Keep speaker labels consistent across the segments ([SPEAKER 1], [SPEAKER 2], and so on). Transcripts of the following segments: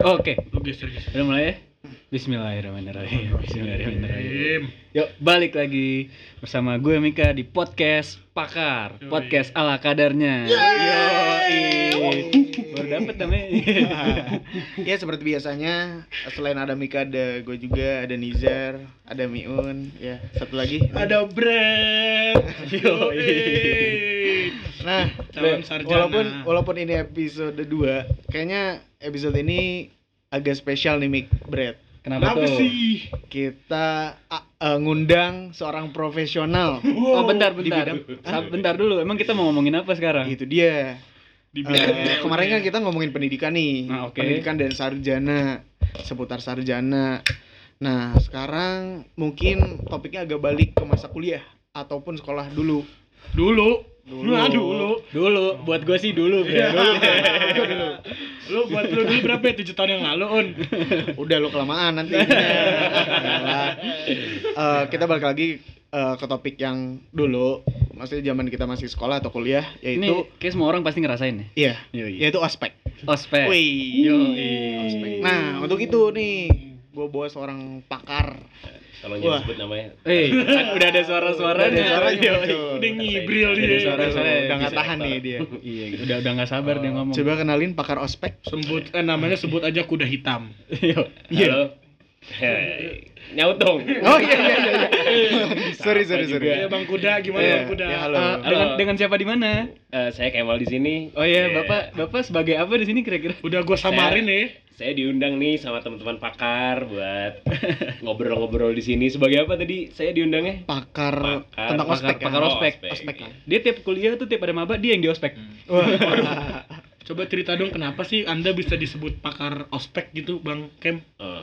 [SPEAKER 1] Oke,
[SPEAKER 2] Oke, serius.
[SPEAKER 1] udah mulai ya?
[SPEAKER 2] Eh,
[SPEAKER 1] Bismillahirrahmanirrahim. Bismillahirrahmanirrahim. Yuk, balik lagi bersama gue Mika di podcast Pakar,
[SPEAKER 2] Yoi.
[SPEAKER 1] podcast ala kadarnya. Yo, baru dapet namanya.
[SPEAKER 3] ya seperti biasanya selain ada Mika ada gue juga ada Nizar ada Miun ya satu lagi
[SPEAKER 2] Ada brand.
[SPEAKER 1] Yoi.
[SPEAKER 2] eh.
[SPEAKER 3] nah
[SPEAKER 2] Calon
[SPEAKER 3] wa-
[SPEAKER 2] sarjana.
[SPEAKER 3] walaupun walaupun ini episode 2 kayaknya episode ini agak spesial nih Mik Brad
[SPEAKER 1] Kenapa,
[SPEAKER 2] Kenapa
[SPEAKER 1] tuh?
[SPEAKER 2] sih?
[SPEAKER 3] kita a- eh, ngundang seorang profesional
[SPEAKER 1] Oh, bentar,
[SPEAKER 3] Di Gitu.
[SPEAKER 1] bentar.
[SPEAKER 3] bidang-
[SPEAKER 1] Sa- bentar dulu. Emang kita mau ngomongin apa sekarang?
[SPEAKER 3] itu dia
[SPEAKER 2] Di
[SPEAKER 3] Eh, kemarin kan kita ngomongin pendidikan nih,
[SPEAKER 1] Nah, oke.
[SPEAKER 3] pendidikan dan sarjana, seputar sarjana. Nah, sekarang mungkin topiknya agak balik ke masa kuliah ataupun sekolah dulu.
[SPEAKER 2] dulu. Dulu. Nah, dulu.
[SPEAKER 1] Dulu, buat gue sih dulu, Bre. Dulu.
[SPEAKER 2] Lu buat lu dulu berapa ya? 7 tahun yang lalu, Un.
[SPEAKER 3] Udah lo kelamaan nanti. Yalah. Eh, kita balik lagi eh, ke topik yang dulu, maksudnya zaman kita masih sekolah atau kuliah,
[SPEAKER 1] Ini
[SPEAKER 3] yaitu
[SPEAKER 1] kayak semua orang pasti ngerasain ya. Oh,
[SPEAKER 3] iya,
[SPEAKER 1] Yoi.
[SPEAKER 3] yaitu ospek.
[SPEAKER 1] Ospek.
[SPEAKER 3] Wih.
[SPEAKER 1] Yoi.
[SPEAKER 3] Ospek. Nah, untuk itu nih, gue bawa seorang pakar.
[SPEAKER 4] Kalau jangan
[SPEAKER 3] Wah.
[SPEAKER 4] sebut namanya.
[SPEAKER 1] Eh, udah ada suara-suaranya.
[SPEAKER 3] Ada suaranya,
[SPEAKER 1] Yoi.
[SPEAKER 3] betul.
[SPEAKER 2] Udah ngibril
[SPEAKER 1] Ada
[SPEAKER 2] dia.
[SPEAKER 1] suara saya
[SPEAKER 3] udah nggak
[SPEAKER 1] Iya, bisa
[SPEAKER 3] tahan nih dia.
[SPEAKER 1] Iya, udah udah nggak sabar dia ngomong.
[SPEAKER 3] Coba kenalin pakar ospek.
[SPEAKER 2] Sebut eh namanya sebut aja kuda hitam.
[SPEAKER 1] Yuk.
[SPEAKER 4] Halo. Hei, Nyaut dong.
[SPEAKER 3] Oh iya iya iya. iya. sorry sorry sorry.
[SPEAKER 2] Ya Bang Kuda gimana
[SPEAKER 3] Iya,
[SPEAKER 2] Bang Kuda?
[SPEAKER 3] iya, halo.
[SPEAKER 1] Eh, dengan dengan siapa di mana?
[SPEAKER 4] Eh, saya Kemal di sini.
[SPEAKER 1] Oh iya,
[SPEAKER 4] Eh,
[SPEAKER 1] Bapak Bapak sebagai apa di sini kira-kira?
[SPEAKER 2] Udah gua samarin ya.
[SPEAKER 4] Saya diundang nih sama teman-teman pakar buat ngobrol-ngobrol di sini. Sebagai apa tadi? Saya diundangnya
[SPEAKER 3] Pakar
[SPEAKER 4] Pakar,
[SPEAKER 3] tentang
[SPEAKER 1] pakar,
[SPEAKER 3] ospek. ya?
[SPEAKER 1] pakar ospek.
[SPEAKER 3] Ospek ya.
[SPEAKER 1] Dia tiap kuliah tuh tiap ada maba dia yang di ospek.
[SPEAKER 3] Wah.
[SPEAKER 2] Coba cerita dong kenapa sih Anda bisa disebut pakar ospek gitu, Bang Kem?
[SPEAKER 4] Eh,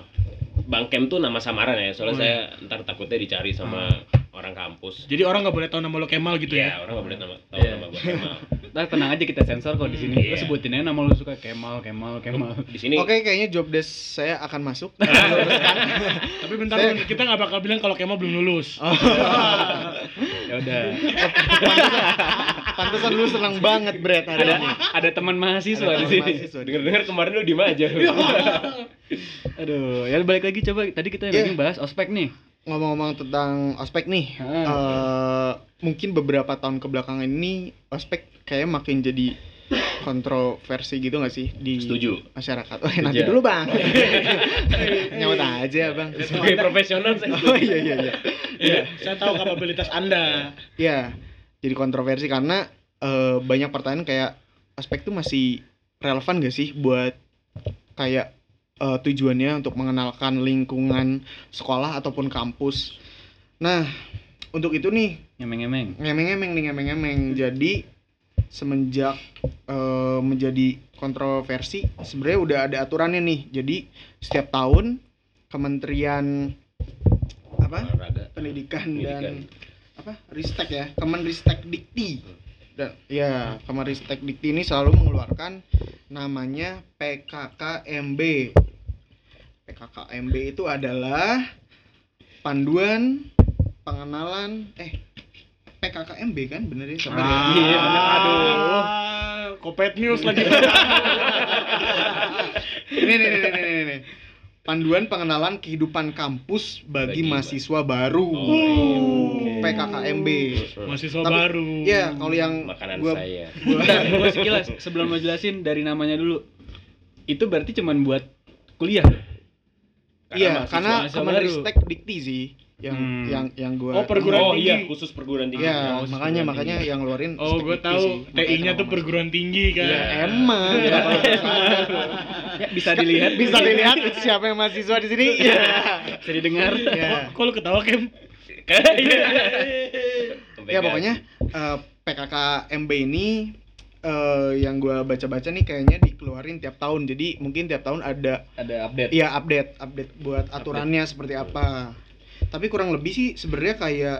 [SPEAKER 4] Bang Kem tuh nama samaran ya. Soalnya
[SPEAKER 2] Oh,
[SPEAKER 4] saya ntar takutnya dicari sama orang kampus.
[SPEAKER 2] Jadi orang nggak boleh tahu nama lo Kemal gitu
[SPEAKER 4] Iya,
[SPEAKER 2] ya.
[SPEAKER 4] orang nggak boleh nama tahu
[SPEAKER 1] Iya.
[SPEAKER 4] nama gua Kemal.
[SPEAKER 1] Nah, tenang aja kita sensor kok di
[SPEAKER 3] Hmm,
[SPEAKER 1] sini. Lu
[SPEAKER 4] Iya.
[SPEAKER 1] sebutin aja nama lu suka Kemal, Kemal, Kemal.
[SPEAKER 4] Di sini
[SPEAKER 3] Oke, kayaknya job desk saya akan masuk.
[SPEAKER 2] Tapi bentar
[SPEAKER 3] Saya- Oh,
[SPEAKER 2] Un, kita nggak bakal bilang kalau Kemal belum lulus.
[SPEAKER 1] Ya udah.
[SPEAKER 3] Pantesan lu senang banget Brad hari
[SPEAKER 1] Ada
[SPEAKER 3] ini.
[SPEAKER 1] ada teman mahasiswa di
[SPEAKER 3] Ada teman
[SPEAKER 1] sini.
[SPEAKER 3] mahasiswa. Iya.
[SPEAKER 4] dengar-dengar kemarin lu diem aja.
[SPEAKER 1] Aduh, ya balik lagi coba tadi kita
[SPEAKER 3] Iya.
[SPEAKER 1] lagi bahas ospek nih.
[SPEAKER 3] Ngomong-ngomong tentang ospek nih,
[SPEAKER 1] Heeh.
[SPEAKER 3] eh, mungkin beberapa tahun kebelakangan ini ospek kayak makin jadi kontroversi gitu gak sih di
[SPEAKER 4] Setuju.
[SPEAKER 3] masyarakat? Oh, nanti dulu bang, nyawat aja bang.
[SPEAKER 4] Sebagai profesional saya.
[SPEAKER 3] Oh iya iya iya.
[SPEAKER 2] Saya tahu kapabilitas Anda.
[SPEAKER 3] Ya, jadi kontroversi karena eh, banyak pertanyaan kayak aspek itu masih relevan gak sih buat kayak eh, tujuannya untuk mengenalkan lingkungan sekolah ataupun kampus. Nah, untuk itu nih
[SPEAKER 1] Ngemeng-ngemeng.
[SPEAKER 3] ngemeng-ngemeng nih ngemeng-ngemeng. Jadi semenjak eh, menjadi kontroversi sebenarnya udah ada aturannya nih. Jadi setiap tahun Kementerian apa?
[SPEAKER 4] Olahraga.
[SPEAKER 3] pendidikan,
[SPEAKER 4] Pendidikan.
[SPEAKER 3] dan apa ristek ya kemenristek dikti dan ya kemenristek dikti ini selalu mengeluarkan namanya PKKMB PKKMB itu adalah panduan pengenalan eh PKKMB kan bener ya sabar
[SPEAKER 2] Ah,
[SPEAKER 3] ya?
[SPEAKER 1] iya, bener. Aduh.
[SPEAKER 2] Kopet news lagi.
[SPEAKER 3] ini nih nih nih nih, nih, nih. panduan pengenalan kehidupan kampus bagi,
[SPEAKER 4] Bagi
[SPEAKER 3] mahasiswa baru
[SPEAKER 4] Oh, iya.
[SPEAKER 2] Oke.
[SPEAKER 3] PKKMB
[SPEAKER 2] Uh. Mahasiswa
[SPEAKER 3] Tapi-
[SPEAKER 2] baru.
[SPEAKER 3] ya kalau yang
[SPEAKER 4] Makanan
[SPEAKER 3] gua-
[SPEAKER 4] saya.
[SPEAKER 1] Bentar, gue sekilas sebelum lo jelasin dari namanya dulu. Itu berarti cuman buat kuliah loh.
[SPEAKER 3] Iya, karena
[SPEAKER 1] mahasiswa baru.
[SPEAKER 3] Kemenristek Dikti sih yang
[SPEAKER 1] Hmm.
[SPEAKER 3] yang yang
[SPEAKER 2] Oh,
[SPEAKER 3] gua
[SPEAKER 2] perguruan
[SPEAKER 4] oh
[SPEAKER 2] tinggi.
[SPEAKER 4] iya, khusus perguruan tinggi.
[SPEAKER 3] Iya,
[SPEAKER 4] Oh,
[SPEAKER 3] makanya
[SPEAKER 4] perguruan
[SPEAKER 3] makanya yang ngeluarin
[SPEAKER 2] Oh, gue
[SPEAKER 3] Stek Dikti sih.
[SPEAKER 2] tahu
[SPEAKER 3] Makanya
[SPEAKER 2] TI-nya tuh
[SPEAKER 3] kenapa
[SPEAKER 2] perguruan tinggi
[SPEAKER 3] masuk.
[SPEAKER 2] kan.
[SPEAKER 3] Ya, emang kenapa nggak masuk?
[SPEAKER 1] Ya, bisa dilihat,
[SPEAKER 3] bisa dilihat siapa yang mahasiswa di sini. Iya.
[SPEAKER 1] bisa didengar.
[SPEAKER 3] Iya.
[SPEAKER 2] Kok, kok lu ketawa Kem?
[SPEAKER 1] Iya.
[SPEAKER 4] tinggi.
[SPEAKER 3] Ya pokoknya eh, PKK MB ini eh, yang gua baca-baca nih kayaknya dikeluarin tiap tahun. Jadi mungkin tiap tahun ada
[SPEAKER 1] Ada update.
[SPEAKER 3] Iya update, update buat aturannya seperti apa. Tapi kurang lebih sih sebenarnya kayak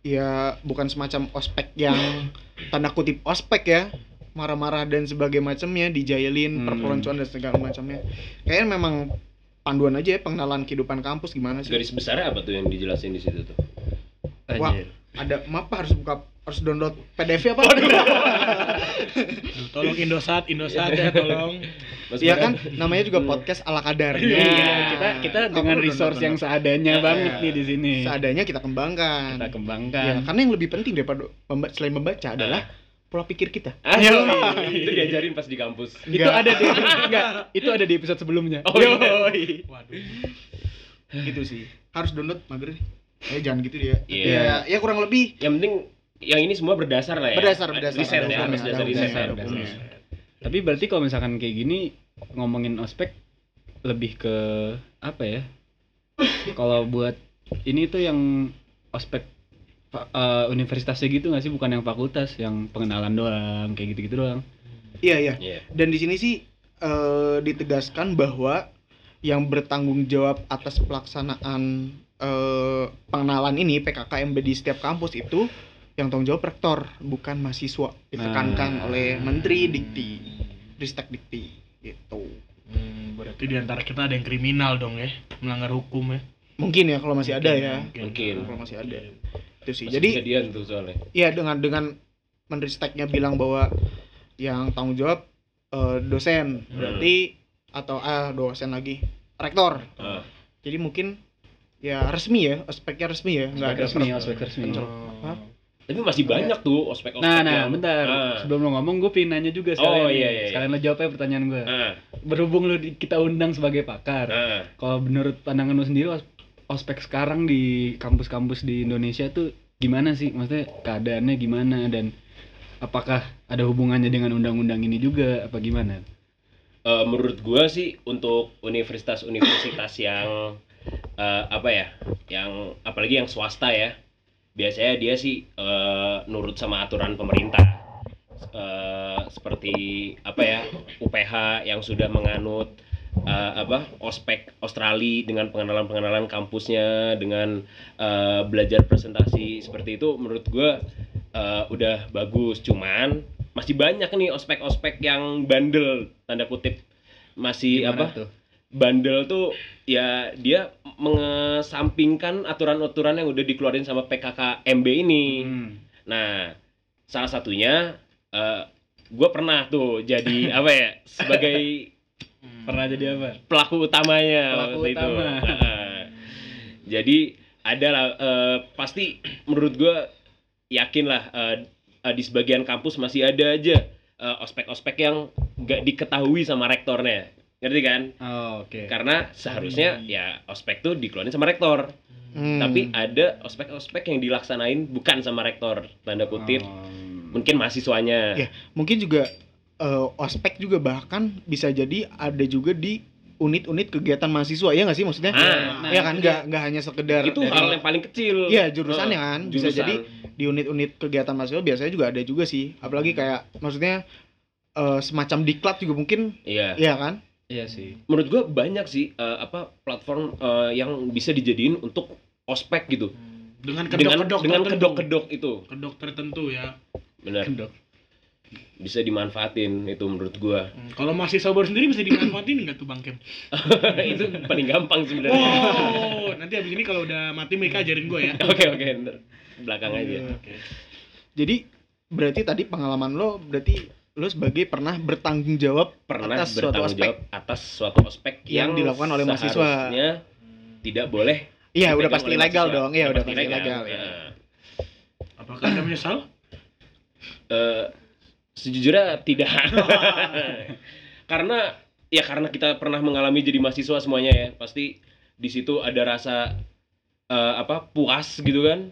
[SPEAKER 3] ya bukan semacam ospek yang tanda kutip ospek ya marah-marah dan sebagainya macamnya
[SPEAKER 1] Hmm.
[SPEAKER 3] dijailin perpeloncoan dan segala macamnya. Kayaknya memang panduan aja ya pengenalan kehidupan kampus gimana sih?
[SPEAKER 4] garis besarnya apa tuh yang dijelasin di situ tuh?
[SPEAKER 3] ya, Wah, ada map harus buka harus download PDF apa?
[SPEAKER 2] Tolong Indosat, Indosat ya tolong.
[SPEAKER 4] Mas
[SPEAKER 3] Iya
[SPEAKER 4] Burhan,
[SPEAKER 3] kan namanya juga podcast ala kadarnya.
[SPEAKER 1] Iya, Hmm. kita kita
[SPEAKER 3] Aku
[SPEAKER 1] dengan
[SPEAKER 3] udah
[SPEAKER 1] resource
[SPEAKER 3] nonton.
[SPEAKER 1] yang seadanya
[SPEAKER 4] Iya.
[SPEAKER 1] banget nih di sini.
[SPEAKER 3] seadanya kita
[SPEAKER 1] Kita
[SPEAKER 3] kembangkan. Ya,
[SPEAKER 4] Kan.
[SPEAKER 1] kembangkan.
[SPEAKER 3] karena yang lebih penting daripada memba- selain membaca
[SPEAKER 4] Eh.
[SPEAKER 3] adalah pola pikir kita.
[SPEAKER 1] Iya.
[SPEAKER 4] Ayo, Ah, iya. itu diajarin pas di kampus.
[SPEAKER 1] Itu ada di enggak, itu ada di episode sebelumnya.
[SPEAKER 4] Oh, iya.
[SPEAKER 2] Waduh.
[SPEAKER 4] Eh.
[SPEAKER 3] gitu sih. Harus download mager. Eh jangan gitu dia.
[SPEAKER 4] Iya.
[SPEAKER 3] Ya, ya kurang lebih
[SPEAKER 4] Yang penting yang ini semua berdasar lah ya.
[SPEAKER 3] Berdasar, berdasar.
[SPEAKER 4] Riset
[SPEAKER 3] Ada
[SPEAKER 4] ya,
[SPEAKER 3] hukumnya,
[SPEAKER 4] harus
[SPEAKER 3] ada
[SPEAKER 4] dasar riset.
[SPEAKER 3] hukumnya,
[SPEAKER 4] ya.
[SPEAKER 3] ada hukumnya.
[SPEAKER 1] Tapi berarti kalau misalkan kayak gini ngomongin ospek lebih ke apa ya? Kalau buat ini tuh yang ospek fa- eh, universitasnya gitu nggak sih bukan yang fakultas yang pengenalan doang kayak gitu-gitu doang
[SPEAKER 3] iya iya.
[SPEAKER 4] Iya.
[SPEAKER 3] Dan di sini sih eh, ditegaskan bahwa yang bertanggung jawab atas pelaksanaan eh, pengenalan ini PKKMB di setiap kampus itu yang tanggung jawab rektor bukan mahasiswa ditekankan
[SPEAKER 4] Ah.
[SPEAKER 1] Nah.
[SPEAKER 3] oleh menteri dikti Ristek Dikti gitu.
[SPEAKER 2] Hmm, berarti di antara kita ada yang kriminal dong ya, melanggar hukum ya.
[SPEAKER 3] Mungkin ya kalau masih ada ya.
[SPEAKER 4] Mungkin.
[SPEAKER 3] Kalau masih ada. Itu sih.
[SPEAKER 4] Jadi
[SPEAKER 3] Jadi
[SPEAKER 4] kejadian tuh soalnya.
[SPEAKER 3] ya dengan dengan menristeknya bilang bahwa yang tanggung jawab eh, dosen
[SPEAKER 4] Hmm.
[SPEAKER 3] berarti atau ah dosen lagi rektor
[SPEAKER 4] Ah.
[SPEAKER 3] jadi mungkin ya resmi ya aspeknya resmi ya nggak ada
[SPEAKER 1] resmi ospek resmi
[SPEAKER 3] pencor- apa?
[SPEAKER 4] Tapi masih banyak tuh ospek-ospek.
[SPEAKER 1] nah nah
[SPEAKER 4] yang-
[SPEAKER 1] bentar
[SPEAKER 4] Ah.
[SPEAKER 1] sebelum lo ngomong gue pengen nanya juga
[SPEAKER 4] Oh,
[SPEAKER 1] sekalian nih.
[SPEAKER 4] iya, iya, iya.
[SPEAKER 1] sekalian lo jawab ya pertanyaan gue
[SPEAKER 4] Ah,
[SPEAKER 1] berhubung lo di- kita undang sebagai pakar
[SPEAKER 4] ah.
[SPEAKER 1] Kalau menurut pandangan lu sendiri os- ospek sekarang di kampus-kampus di Indonesia tuh gimana sih? Maksudnya keadaannya gimana dan apakah ada hubungannya dengan undang-undang ini juga apa gimana?
[SPEAKER 4] Eh, menurut gua sih untuk universitas-universitas yang eh, apa ya, yang apalagi yang swasta ya, biasanya dia sih eh, nurut sama aturan pemerintah. Eh, seperti apa ya UPH yang sudah menganut eh, apa ospek Australia dengan pengenalan-pengenalan kampusnya dengan eh, belajar presentasi seperti itu menurut gua eh, udah bagus cuman masih banyak nih ospek-ospek yang bandel tanda kutip masih apa
[SPEAKER 1] Gimana tuh?
[SPEAKER 4] bandel tuh ya dia mengesampingkan aturan-aturan yang udah dikeluarin sama PKKMB ini.
[SPEAKER 1] Hmm.
[SPEAKER 4] Nah, salah satunya eh gue pernah tuh jadi apa ya sebagai
[SPEAKER 1] Pernah jadi apa?
[SPEAKER 4] pelaku utamanya
[SPEAKER 1] Pelaku
[SPEAKER 4] waktu itu.
[SPEAKER 1] utama.
[SPEAKER 4] Heeh. Jadi ada lah eh, pasti menurut gue yakin lah eh, eh, di sebagian kampus masih ada aja eh, ospek-ospek yang gak diketahui sama rektornya, ngerti kan?
[SPEAKER 1] Oh, oke.
[SPEAKER 4] karena seharusnya
[SPEAKER 1] Hmm.
[SPEAKER 4] ya ospek tuh dikeluarin sama rektor
[SPEAKER 3] Hmm.
[SPEAKER 4] tapi ada ospek-ospek yang dilaksanain bukan sama rektor tanda kutip
[SPEAKER 1] Oh.
[SPEAKER 4] mungkin mahasiswanya
[SPEAKER 3] Ya. mungkin juga eh, ospek juga bahkan bisa jadi ada juga di unit-unit kegiatan mahasiswa ya nggak sih maksudnya
[SPEAKER 4] Ah,
[SPEAKER 1] nah,
[SPEAKER 3] ya kan
[SPEAKER 1] itu
[SPEAKER 3] nggak nggak hanya sekedar
[SPEAKER 4] itu
[SPEAKER 3] dari-
[SPEAKER 4] hal yang paling kecil
[SPEAKER 3] Iya, jurusannya
[SPEAKER 4] Eh,
[SPEAKER 3] kan. Bisa
[SPEAKER 4] jurusan.
[SPEAKER 3] jadi
[SPEAKER 2] Hmm.
[SPEAKER 3] di unit-unit kegiatan mahasiswa biasanya juga ada juga sih apalagi
[SPEAKER 4] Hmm.
[SPEAKER 3] kayak maksudnya eh, semacam diklat juga mungkin
[SPEAKER 4] iya
[SPEAKER 3] ya kan
[SPEAKER 1] Iya sih.
[SPEAKER 4] menurut gua banyak sih eh, apa platform eh, yang bisa dijadiin untuk ospek gitu
[SPEAKER 2] Dengan
[SPEAKER 4] dengan
[SPEAKER 2] kedok-kedok
[SPEAKER 4] dengan
[SPEAKER 2] tertentu.
[SPEAKER 4] kedok-kedok itu
[SPEAKER 2] kedok tertentu ya.
[SPEAKER 4] benar
[SPEAKER 1] Kedok.
[SPEAKER 4] bisa dimanfaatin itu menurut gua
[SPEAKER 2] Hmm, Kalau masih sober sendiri bisa dimanfaatin nggak tuh Bang Kem?
[SPEAKER 4] itu paling gampang sebenarnya
[SPEAKER 2] Wow, nanti abis ini kalau udah mati mereka ajarin gue ya. Hmm,
[SPEAKER 4] oke oke ntar belakang aja
[SPEAKER 3] Iya.
[SPEAKER 2] Oke.
[SPEAKER 3] jadi berarti tadi pengalaman lo berarti lo sebagai pernah bertanggung jawab
[SPEAKER 4] pernah
[SPEAKER 3] atas suatu
[SPEAKER 4] bertanggung
[SPEAKER 3] aspek
[SPEAKER 4] jawab atas suatu ospek
[SPEAKER 3] Yang dilakukan oleh mahasiswa.
[SPEAKER 4] seharusnya tidak boleh
[SPEAKER 3] iya udah
[SPEAKER 4] dipegang
[SPEAKER 3] pasti
[SPEAKER 4] oleh
[SPEAKER 3] legal
[SPEAKER 4] mahasiswa.
[SPEAKER 3] dong iya udah pasti legal ya.
[SPEAKER 4] Nah,
[SPEAKER 2] Apakah Anda menyesal?
[SPEAKER 4] eh, sejujurnya tidak karena ya karena kita pernah mengalami jadi mahasiswa semuanya ya pasti di situ ada rasa eh, apa puas gitu kan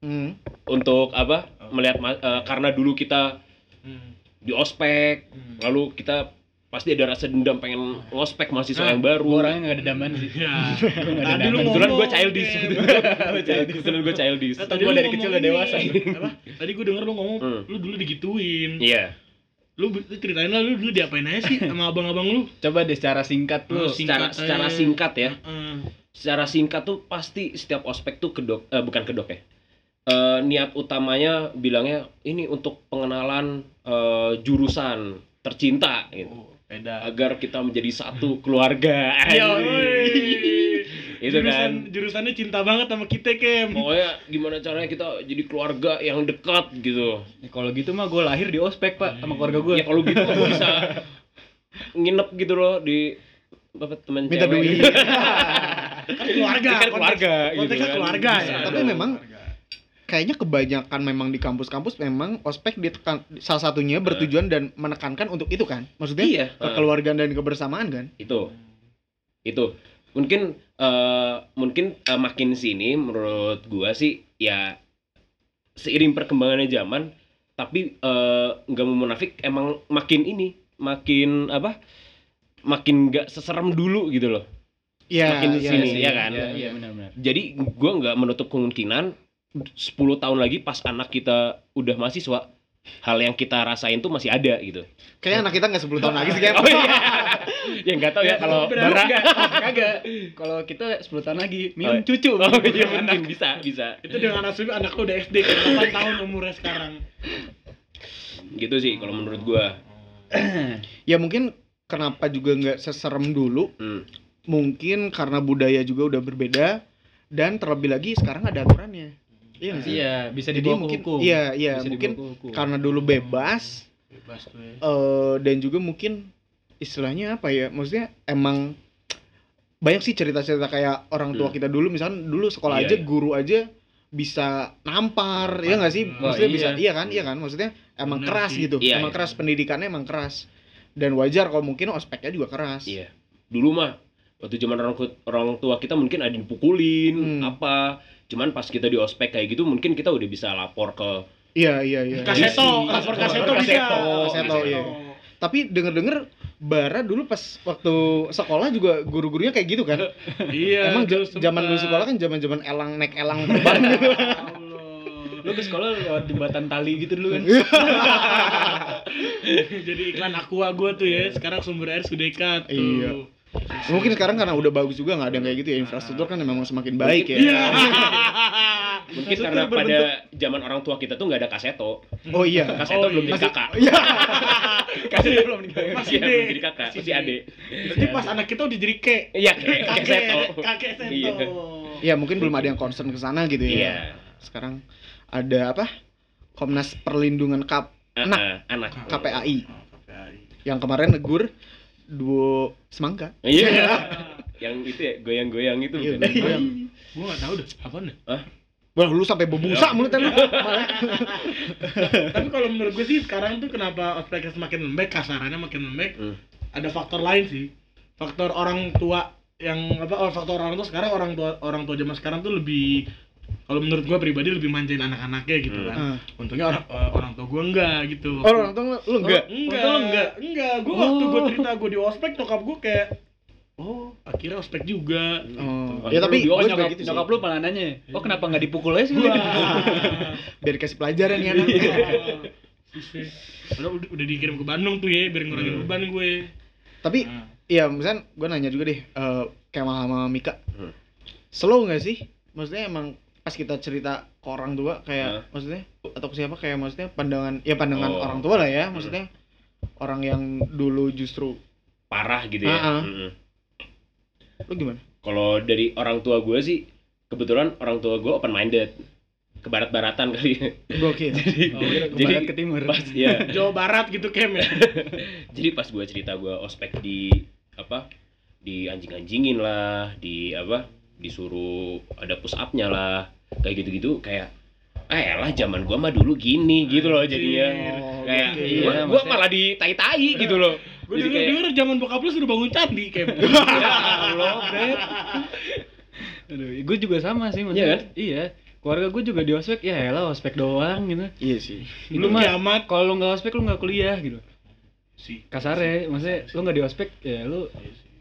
[SPEAKER 3] Hmm.
[SPEAKER 4] untuk apa melihat ma- eh, karena dulu kita
[SPEAKER 2] Hmm.
[SPEAKER 4] di ospek
[SPEAKER 2] Hmm.
[SPEAKER 4] lalu kita pasti ada rasa dendam pengen ngospek mahasiswa yang baru
[SPEAKER 1] Gua orangnya nggak ada daman sih.
[SPEAKER 2] Ya.
[SPEAKER 1] Gua nggak ada
[SPEAKER 2] Nah, Tadi lu
[SPEAKER 1] daman.
[SPEAKER 4] Kebetulan gue
[SPEAKER 2] Ngomong, Iya,
[SPEAKER 4] childish.
[SPEAKER 2] Kem.
[SPEAKER 4] Kebetulan childish. Kebetulan gue childish.
[SPEAKER 2] Nah,
[SPEAKER 1] Gua
[SPEAKER 2] lu
[SPEAKER 1] dari kecil udah
[SPEAKER 2] ngomong
[SPEAKER 1] dewasa
[SPEAKER 2] ini, Apa? Tadi gue denger lu ngomong,
[SPEAKER 4] Hmm.
[SPEAKER 2] lu dulu digituin.
[SPEAKER 4] Iya.
[SPEAKER 2] Lu, lu ceritain lah lu dulu diapain aja sih sama abang-abang lu?
[SPEAKER 1] Coba deh secara singkat
[SPEAKER 4] Lu
[SPEAKER 1] lu.
[SPEAKER 2] Terus.
[SPEAKER 4] secara
[SPEAKER 2] singkat,
[SPEAKER 4] secara
[SPEAKER 2] eh.
[SPEAKER 4] singkat ya.
[SPEAKER 2] Heeh.
[SPEAKER 4] Secara singkat tuh pasti setiap ospek tuh kedok eh, bukan kedok ya. Eh, niat utamanya bilangnya ini untuk pengenalan eh, jurusan tercinta gitu.
[SPEAKER 2] Oh, beda.
[SPEAKER 4] Agar kita menjadi satu keluarga.
[SPEAKER 2] Iya,
[SPEAKER 4] Anjing.
[SPEAKER 2] woi.
[SPEAKER 4] itu kan
[SPEAKER 2] Jurusan- jurusannya cinta banget sama kita kem
[SPEAKER 4] pokoknya gimana caranya kita jadi keluarga yang dekat gitu
[SPEAKER 1] Ya, kalau gitu mah gue lahir di ospek pak sama keluarga gue.
[SPEAKER 4] ya kalau gitu kan bisa nginep gitu loh di apa teman
[SPEAKER 3] minta
[SPEAKER 4] cewek.
[SPEAKER 3] duit
[SPEAKER 2] kan keluarga
[SPEAKER 4] Kan keluarga,
[SPEAKER 2] konteks- konteksnya
[SPEAKER 4] gitu kan.
[SPEAKER 2] keluarga
[SPEAKER 4] Bisa
[SPEAKER 2] ya
[SPEAKER 3] Tapi
[SPEAKER 4] dong.
[SPEAKER 3] memang kayaknya kebanyakan memang di kampus-kampus memang ospek ditekan salah satunya bertujuan dan menekankan untuk itu kan maksudnya
[SPEAKER 4] iya heeh.
[SPEAKER 3] kekeluargaan dan kebersamaan kan
[SPEAKER 4] itu itu Gitu. mungkin eh, mungkin eh, makin sini menurut gua sih ya seiring perkembangannya zaman tapi eh, nggak mau munafik emang makin ini makin apa makin nggak seserem dulu gitu loh
[SPEAKER 3] ya
[SPEAKER 4] Makin
[SPEAKER 3] ya,
[SPEAKER 4] sini,
[SPEAKER 3] sih.
[SPEAKER 4] ya kan?
[SPEAKER 1] Iya,
[SPEAKER 3] iya.
[SPEAKER 1] iya benar-benar.
[SPEAKER 4] jadi gua nggak menutup kemungkinan 10 tahun lagi pas anak kita udah mahasiswa hal yang kita rasain tuh masih ada gitu
[SPEAKER 3] kayaknya anak kita nggak 10 tahun lagi sih kayak
[SPEAKER 4] oh iya ya nggak tahu ya kalau
[SPEAKER 1] Iya, Benar
[SPEAKER 4] Bara-
[SPEAKER 1] enggak? Kagak. Kalau kita 10 tahun lagi
[SPEAKER 4] Oh,
[SPEAKER 1] minum cucu.
[SPEAKER 4] oh iya mungkin bisa bisa
[SPEAKER 2] itu dengan asumsi anak lu udah SD kan 8 tahun umurnya sekarang
[SPEAKER 4] gitu sih kalau menurut gua iya.
[SPEAKER 3] ya mungkin kenapa juga nggak seserem dulu
[SPEAKER 4] Hmm.
[SPEAKER 3] mungkin karena budaya juga udah berbeda dan terlebih lagi sekarang ada aturannya iya nggak sih
[SPEAKER 1] Iya, bisa
[SPEAKER 3] jadi
[SPEAKER 1] dibawa ke
[SPEAKER 3] mungkin
[SPEAKER 1] hukum.
[SPEAKER 3] iya iya
[SPEAKER 1] Bisa
[SPEAKER 3] mungkin
[SPEAKER 1] dibawa ke hukum.
[SPEAKER 3] karena dulu bebas
[SPEAKER 2] bebas tuh ya
[SPEAKER 3] eh dan juga mungkin istilahnya apa ya maksudnya emang banyak sih cerita-cerita kayak orang tua
[SPEAKER 4] Hmm.
[SPEAKER 3] kita dulu misalkan dulu sekolah
[SPEAKER 4] Iya,
[SPEAKER 3] aja
[SPEAKER 4] iya.
[SPEAKER 3] guru aja bisa nampar ya nggak sih
[SPEAKER 2] Wah,
[SPEAKER 3] maksudnya
[SPEAKER 1] iya.
[SPEAKER 3] bisa iya kan iya kan maksudnya emang
[SPEAKER 2] Bener
[SPEAKER 3] keras
[SPEAKER 2] sih.
[SPEAKER 3] gitu
[SPEAKER 4] Iya,
[SPEAKER 3] emang
[SPEAKER 4] iya.
[SPEAKER 3] keras pendidikannya emang keras dan wajar kalau mungkin ospeknya juga keras
[SPEAKER 4] Iya. dulu mah waktu zaman orang orang tua kita mungkin ada dipukulin
[SPEAKER 3] Hmm.
[SPEAKER 4] apa cuman pas kita di ospek kayak gitu mungkin kita udah bisa lapor ke
[SPEAKER 3] iya iya iya
[SPEAKER 2] kaseto lapor kaseto bisa
[SPEAKER 4] Kaseto,
[SPEAKER 3] kaseto, iya. tapi denger-denger Bara dulu pas waktu sekolah juga guru-gurunya kayak gitu kan
[SPEAKER 2] iya
[SPEAKER 3] emang
[SPEAKER 2] dulu
[SPEAKER 3] ja- zaman dulu
[SPEAKER 2] sempet.
[SPEAKER 3] sekolah kan zaman-zaman elang naik elang terbang gitu
[SPEAKER 2] Allah.
[SPEAKER 1] lu ke sekolah lewat jembatan tali gitu dulu kan.
[SPEAKER 3] Iya,
[SPEAKER 2] jadi iklan aqua gua tuh ya sekarang sumber air Sudeka tuh
[SPEAKER 3] Iya. Mungkin sekarang karena udah bagus juga nggak ada yang kayak gitu ya infrastruktur kan memang semakin baik ya.
[SPEAKER 2] iya
[SPEAKER 4] mungkin karena pada zaman orang tua kita tuh nggak ada kaseto
[SPEAKER 3] Oh iya.
[SPEAKER 2] Oh,
[SPEAKER 4] kaseto belum
[SPEAKER 2] iya.
[SPEAKER 4] jadi kakak
[SPEAKER 3] Iya.
[SPEAKER 1] Kasih belum nikah.
[SPEAKER 2] Masih
[SPEAKER 4] Iya,
[SPEAKER 2] D.
[SPEAKER 4] belum jadi kakak
[SPEAKER 2] Masih
[SPEAKER 4] masih
[SPEAKER 2] D.
[SPEAKER 4] ade
[SPEAKER 2] berarti pas anak kita udah jadi ke
[SPEAKER 4] iya kayak
[SPEAKER 2] kakek
[SPEAKER 4] kaseto
[SPEAKER 2] kakek seto
[SPEAKER 4] Iya.
[SPEAKER 3] Ya mungkin belum ada yang concern ke sana gitu ya.
[SPEAKER 4] iya
[SPEAKER 3] Sekarang ada apa? Komnas Perlindungan Kap Anak.
[SPEAKER 4] Ah, ah, anak
[SPEAKER 3] KPAI yang kemarin negur duo semangka.
[SPEAKER 4] iya yang itu ya goyang-goyang itu
[SPEAKER 3] Iya,
[SPEAKER 4] bukan?
[SPEAKER 3] goyang.
[SPEAKER 2] gua gak tau deh apa nih
[SPEAKER 3] Wah, lu sampai
[SPEAKER 4] Iya.
[SPEAKER 3] bebusa mulutnya lu.
[SPEAKER 2] tapi kalau menurut gue sih sekarang tuh kenapa ospeknya semakin lembek kasarannya makin lembek
[SPEAKER 4] Hmm.
[SPEAKER 2] ada faktor lain sih faktor orang tua yang apa oh, faktor orang tua sekarang orang tua orang tua zaman sekarang tuh lebih kalau menurut gue pribadi lebih manjain anak-anaknya gitu
[SPEAKER 4] Hmm.
[SPEAKER 2] kan
[SPEAKER 3] Ah.
[SPEAKER 2] untungnya orang eh, orang tua gue enggak gitu
[SPEAKER 3] Oh, orang tua lu- lu enggak.
[SPEAKER 2] enggak
[SPEAKER 1] Untung
[SPEAKER 2] enggak
[SPEAKER 1] enggak.
[SPEAKER 2] enggak gue waktu
[SPEAKER 1] Oh.
[SPEAKER 2] gue cerita gue di ospek nyokap gue kayak oh akhirnya ospek juga
[SPEAKER 4] Iya.
[SPEAKER 3] Oh,
[SPEAKER 4] Orang
[SPEAKER 3] ya
[SPEAKER 4] tua
[SPEAKER 3] tapi
[SPEAKER 4] lebih
[SPEAKER 3] gue
[SPEAKER 4] ojek
[SPEAKER 3] juga
[SPEAKER 1] Nyokap,
[SPEAKER 3] gitu sih. Iya.
[SPEAKER 1] nyokap lu malah nanya, oh kenapa nggak dipukul aja sih? lu?"
[SPEAKER 2] Wah.
[SPEAKER 3] Biar kasih pelajaran ya anak.
[SPEAKER 4] Iya.
[SPEAKER 2] Iya. eh, Padahal udah, udah dikirim ke Bandung tuh ya biar ngurangin
[SPEAKER 4] Hmm.
[SPEAKER 2] beban gue.
[SPEAKER 3] Tapi
[SPEAKER 4] Iya.
[SPEAKER 3] ya misalnya gue nanya juga deh eh kayak sama- sama Mika
[SPEAKER 4] Hmm.
[SPEAKER 3] slow nggak sih maksudnya emang pas kita cerita ke orang tua
[SPEAKER 4] Hah?
[SPEAKER 3] kayak maksudnya atau ke siapa kayak maksudnya pandangan ya pandangan
[SPEAKER 4] Iya. Oh. Iya.
[SPEAKER 3] orang tua lah ya maksudnya orang yang dulu justru
[SPEAKER 4] parah gitu ya
[SPEAKER 3] Ah, ah.
[SPEAKER 4] Mm-mm.
[SPEAKER 3] lu gimana
[SPEAKER 4] kalau dari orang tua gue sih kebetulan orang tua gue open minded ke barat-baratan kali ya.
[SPEAKER 3] gokil
[SPEAKER 2] Oh, iya,
[SPEAKER 1] Ke
[SPEAKER 4] Jadi-
[SPEAKER 1] barat ke timur.
[SPEAKER 4] pas ya
[SPEAKER 2] Jawa Barat gitu kem ya.
[SPEAKER 4] jadi pas gue cerita gue ospek di apa di anjing-anjingin lah di apa disuruh ada push upnya lah kayak gitu-gitu kayak ah elah zaman gue mah dulu gini gitu loh jadinya
[SPEAKER 3] Oh,
[SPEAKER 4] kayak
[SPEAKER 3] gokil.
[SPEAKER 1] iya,
[SPEAKER 4] gue
[SPEAKER 1] maksudnya-
[SPEAKER 4] malah ditai-tai gitu loh
[SPEAKER 2] Gue
[SPEAKER 4] Jadi
[SPEAKER 2] denger
[SPEAKER 4] kayak-
[SPEAKER 2] denger zaman bokap lu sudah bangun candi kem.
[SPEAKER 1] Ya Allah, Beb. Aduh, gue juga sama sih maksudnya.
[SPEAKER 4] Iya kan?
[SPEAKER 1] Iya. Keluarga gue juga di ospek, ya elah ospek doang gitu.
[SPEAKER 3] iya sih
[SPEAKER 1] Itu
[SPEAKER 2] Belum
[SPEAKER 1] mah
[SPEAKER 2] kiamat
[SPEAKER 1] kalau lu nggak ospek lu nggak kuliah gitu.
[SPEAKER 2] sih.
[SPEAKER 1] Kasarnya, maksudnya lu nggak di ospek ya lu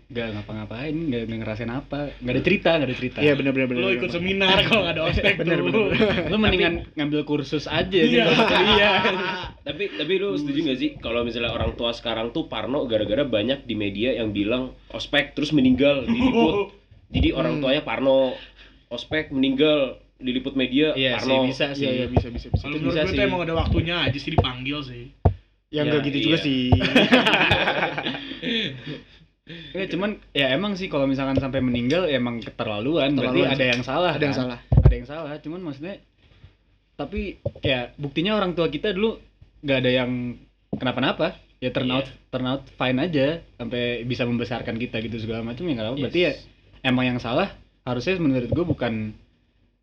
[SPEAKER 1] nggak ngapa-ngapain, nggak nggak ngerasain apa, nggak ada cerita, nggak ada cerita.
[SPEAKER 3] iya benar benar benar
[SPEAKER 2] Lo ikut
[SPEAKER 3] benar.
[SPEAKER 2] seminar kalau nggak ada ospek
[SPEAKER 3] Bener,
[SPEAKER 2] tuh.
[SPEAKER 3] bener,
[SPEAKER 1] Lu mendingan ngambil kursus aja gitu.
[SPEAKER 2] Iya.
[SPEAKER 1] nih, kalau kuliah.
[SPEAKER 4] tapi tapi lu
[SPEAKER 1] Hmm.
[SPEAKER 4] setuju gak sih kalau misalnya orang tua sekarang tuh parno gara-gara banyak di media yang bilang ospek terus meninggal diliput jadi orang
[SPEAKER 3] Hmm.
[SPEAKER 4] tuanya parno ospek meninggal diliput media
[SPEAKER 1] Iya sih
[SPEAKER 4] parno
[SPEAKER 1] bisa sih.
[SPEAKER 3] iya iya bisa bisa bisa
[SPEAKER 1] Itu
[SPEAKER 2] Kalau menurut
[SPEAKER 1] bisa
[SPEAKER 2] gue tuh
[SPEAKER 1] sih.
[SPEAKER 2] emang ada waktunya aja sih
[SPEAKER 4] Iya,
[SPEAKER 3] gitu
[SPEAKER 2] dipanggil sih.
[SPEAKER 3] ya enggak
[SPEAKER 4] Ya,
[SPEAKER 3] gitu
[SPEAKER 4] iya.
[SPEAKER 3] juga sih
[SPEAKER 1] Iya, cuman ya emang sih kalau misalkan sampai meninggal ya emang keterlaluan, berarti
[SPEAKER 3] Keterlaluan
[SPEAKER 1] ada yang salah.
[SPEAKER 3] ada yang
[SPEAKER 1] kan?
[SPEAKER 3] salah
[SPEAKER 1] Ada yang salah, cuman maksudnya tapi ya buktinya orang tua kita dulu nggak ada yang kenapa-napa. Ya turn out
[SPEAKER 4] Iya.
[SPEAKER 1] turn out fine aja sampai bisa membesarkan kita gitu segala macam ya nggak apa-apa. Berarti ya
[SPEAKER 4] Yes.
[SPEAKER 1] emang yang salah harusnya menurut gue bukan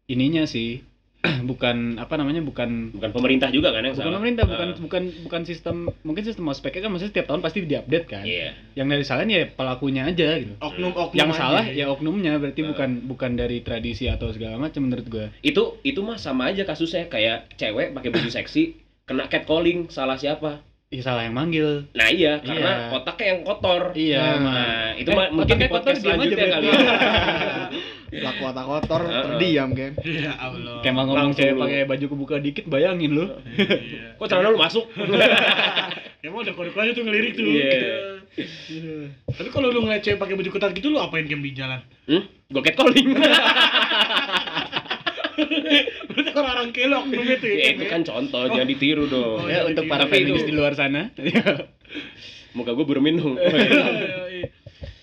[SPEAKER 1] ininya sih. bukan apa namanya bukan
[SPEAKER 4] bukan pemerintah juga kan yang
[SPEAKER 1] bukan
[SPEAKER 4] salah
[SPEAKER 1] pemerintah bukan
[SPEAKER 4] Ah,
[SPEAKER 1] bukan bukan sistem mungkin sistem ospeknya kan maksudnya setiap tahun pasti diupdate kan
[SPEAKER 4] iya
[SPEAKER 1] yang dari salahnya ya pelakunya aja gitu
[SPEAKER 2] oknum oknum
[SPEAKER 1] yang salah ya oknumnya berarti
[SPEAKER 4] Eh.
[SPEAKER 1] bukan bukan dari tradisi atau segala macam menurut gua
[SPEAKER 4] itu itu mah sama aja kasusnya kayak cewek pakai baju seksi kena catcalling salah siapa
[SPEAKER 1] ya salah yang manggil
[SPEAKER 4] nah iya karena
[SPEAKER 1] Iya.
[SPEAKER 4] otaknya yang kotor
[SPEAKER 1] iya
[SPEAKER 3] Nah.
[SPEAKER 1] emang.
[SPEAKER 4] nah itu
[SPEAKER 1] Eh,
[SPEAKER 4] mah mungkin di
[SPEAKER 1] otaknya kotor,
[SPEAKER 4] podcast
[SPEAKER 1] diam aja,
[SPEAKER 4] selanjutnya
[SPEAKER 1] Beb.
[SPEAKER 4] kali ya
[SPEAKER 3] laku otak kotor
[SPEAKER 4] Heeh.
[SPEAKER 3] terdiam kan
[SPEAKER 2] ya Allah
[SPEAKER 1] kayak emang ngomong
[SPEAKER 4] Langsung
[SPEAKER 1] cewek
[SPEAKER 4] lu.
[SPEAKER 1] pakai baju kebuka dikit bayangin lu
[SPEAKER 2] Iya.
[SPEAKER 4] kok celana lu masuk
[SPEAKER 2] Emang udah kode aja tuh ngelirik tuh.
[SPEAKER 4] Iya.
[SPEAKER 2] Iya. Tapi kalau lu ngeliat cewek pakai baju ketat gitu lu apain game di jalan?
[SPEAKER 4] hmm? gue catcalling
[SPEAKER 2] Berarti orang-orang kelok oknum itu ya.
[SPEAKER 4] ya itu kan contoh jangan ditiru dong
[SPEAKER 2] Oh,
[SPEAKER 1] ya
[SPEAKER 2] jadi
[SPEAKER 1] untuk
[SPEAKER 2] di-
[SPEAKER 1] para
[SPEAKER 4] tapi itu-
[SPEAKER 1] feminis di luar sana
[SPEAKER 4] muka gue buremin dong
[SPEAKER 2] Oh, iya.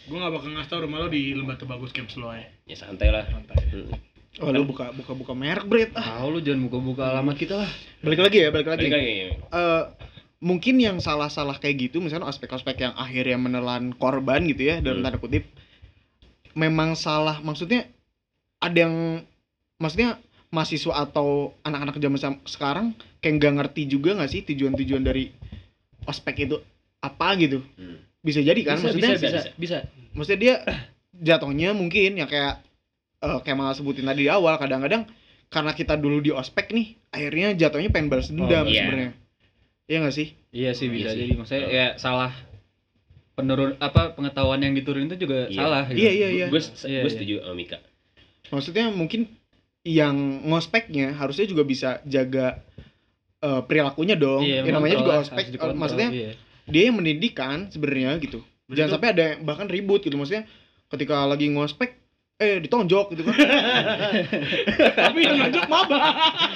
[SPEAKER 2] Gue gak bakal ngasih tau rumah lo di Lembata Bagus Camps lo ya.
[SPEAKER 4] ya santai lah
[SPEAKER 2] Santai.
[SPEAKER 3] oh
[SPEAKER 4] Hmm.
[SPEAKER 3] lu buka buka buka merek Brit ah
[SPEAKER 1] tahu lu jangan buka-buka alamat kita lah
[SPEAKER 3] balik lagi ya balik lagi
[SPEAKER 4] Balik lagi, ya.
[SPEAKER 3] Eh, mungkin yang salah-salah kayak gitu misalnya aspek-aspek yang akhirnya menelan korban gitu ya dalam
[SPEAKER 4] Hmm.
[SPEAKER 3] tanda kutip memang salah maksudnya ada yang maksudnya mahasiswa atau anak-anak zaman sam- sekarang kayak nggak ngerti juga nggak sih tujuan-tujuan dari ospek itu apa gitu
[SPEAKER 4] Hmm.
[SPEAKER 3] bisa jadi kan
[SPEAKER 1] bisa,
[SPEAKER 3] maksudnya
[SPEAKER 1] bisa, bisa,
[SPEAKER 4] bisa.
[SPEAKER 1] bisa.
[SPEAKER 3] maksudnya dia jatuhnya mungkin ya kayak eh, kayak malah sebutin tadi di awal kadang-kadang karena kita dulu di ospek nih akhirnya jatuhnya pengen balas
[SPEAKER 1] Oh,
[SPEAKER 3] dendam
[SPEAKER 4] iya.
[SPEAKER 3] sebenarnya iya nggak sih
[SPEAKER 1] iya sih bisa
[SPEAKER 4] Iya sih.
[SPEAKER 1] jadi maksudnya
[SPEAKER 4] Oh.
[SPEAKER 1] ya salah penurun apa pengetahuan yang diturunin itu juga
[SPEAKER 4] Iya.
[SPEAKER 1] salah gitu.
[SPEAKER 3] iya iya iya
[SPEAKER 4] gue
[SPEAKER 1] Iya,
[SPEAKER 4] gue
[SPEAKER 1] iya.
[SPEAKER 4] setuju sama Mika
[SPEAKER 3] maksudnya mungkin yang ngospeknya harusnya juga bisa jaga eh, perilakunya dong
[SPEAKER 1] Iya,
[SPEAKER 3] Ya, namanya juga
[SPEAKER 1] mengontrol lah, harus
[SPEAKER 3] ospek
[SPEAKER 1] dikontrol,
[SPEAKER 3] maksudnya
[SPEAKER 1] iya.
[SPEAKER 3] dia yang mendidik kan sebenarnya gitu
[SPEAKER 2] Berarti
[SPEAKER 3] jangan
[SPEAKER 2] tuh-
[SPEAKER 3] sampai ada yang bahkan ribut gitu maksudnya ketika lagi ngospek eh ditonjok gitu kan
[SPEAKER 2] Tapi yang nunjuk maba.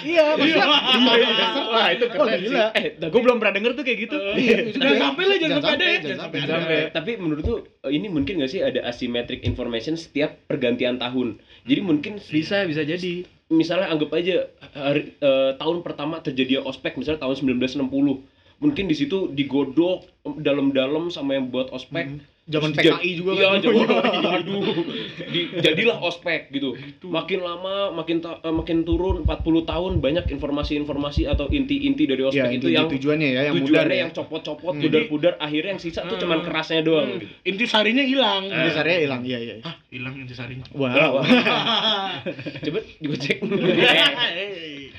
[SPEAKER 3] iya maksudnya
[SPEAKER 2] Iya, iya.
[SPEAKER 1] Wah, itu
[SPEAKER 3] Wah,
[SPEAKER 1] keren
[SPEAKER 3] Oh, gila.
[SPEAKER 1] sih. Eh, gue belum pernah denger tuh kayak gitu.
[SPEAKER 2] Jangan Iya, sampai lah, jangan sampai ada ya.
[SPEAKER 3] jangan sampai
[SPEAKER 2] Jangan
[SPEAKER 3] ada.
[SPEAKER 1] sampai.
[SPEAKER 4] Eh, tapi menurut tuh ini mungkin gak sih ada asymmetric information setiap pergantian tahun jadi mungkin
[SPEAKER 1] Bisa, bisa jadi.
[SPEAKER 4] misalnya anggap aja hari- eh, tahun pertama terjadi ospek misalnya tahun 1960 mungkin di situ digodok dalam-dalam sama yang buat ospek
[SPEAKER 3] Hmm. zaman
[SPEAKER 4] Terus
[SPEAKER 3] PKI juga
[SPEAKER 4] iya,
[SPEAKER 3] kan
[SPEAKER 4] zaman PKI, aduh. Di- jadilah ospek gitu makin lama makin ta- eh, makin turun 40 tahun banyak informasi-informasi atau inti-inti dari ospek
[SPEAKER 3] ya,
[SPEAKER 1] gitu
[SPEAKER 4] itu yang
[SPEAKER 3] tujuannya ya yang mudah
[SPEAKER 4] tujuannya yang copot-copot
[SPEAKER 3] Hmm.
[SPEAKER 4] pudar-pudar akhirnya yang sisa tuh
[SPEAKER 2] Hmm.
[SPEAKER 4] cuman kerasnya doang gitu.
[SPEAKER 2] Inti sarinya hilang.
[SPEAKER 4] Eh. Inti
[SPEAKER 3] dasarnya hilang iya iya
[SPEAKER 2] Ah, hilang inti sarinya.
[SPEAKER 3] wow
[SPEAKER 4] Nah, coba digocek
[SPEAKER 2] Hei.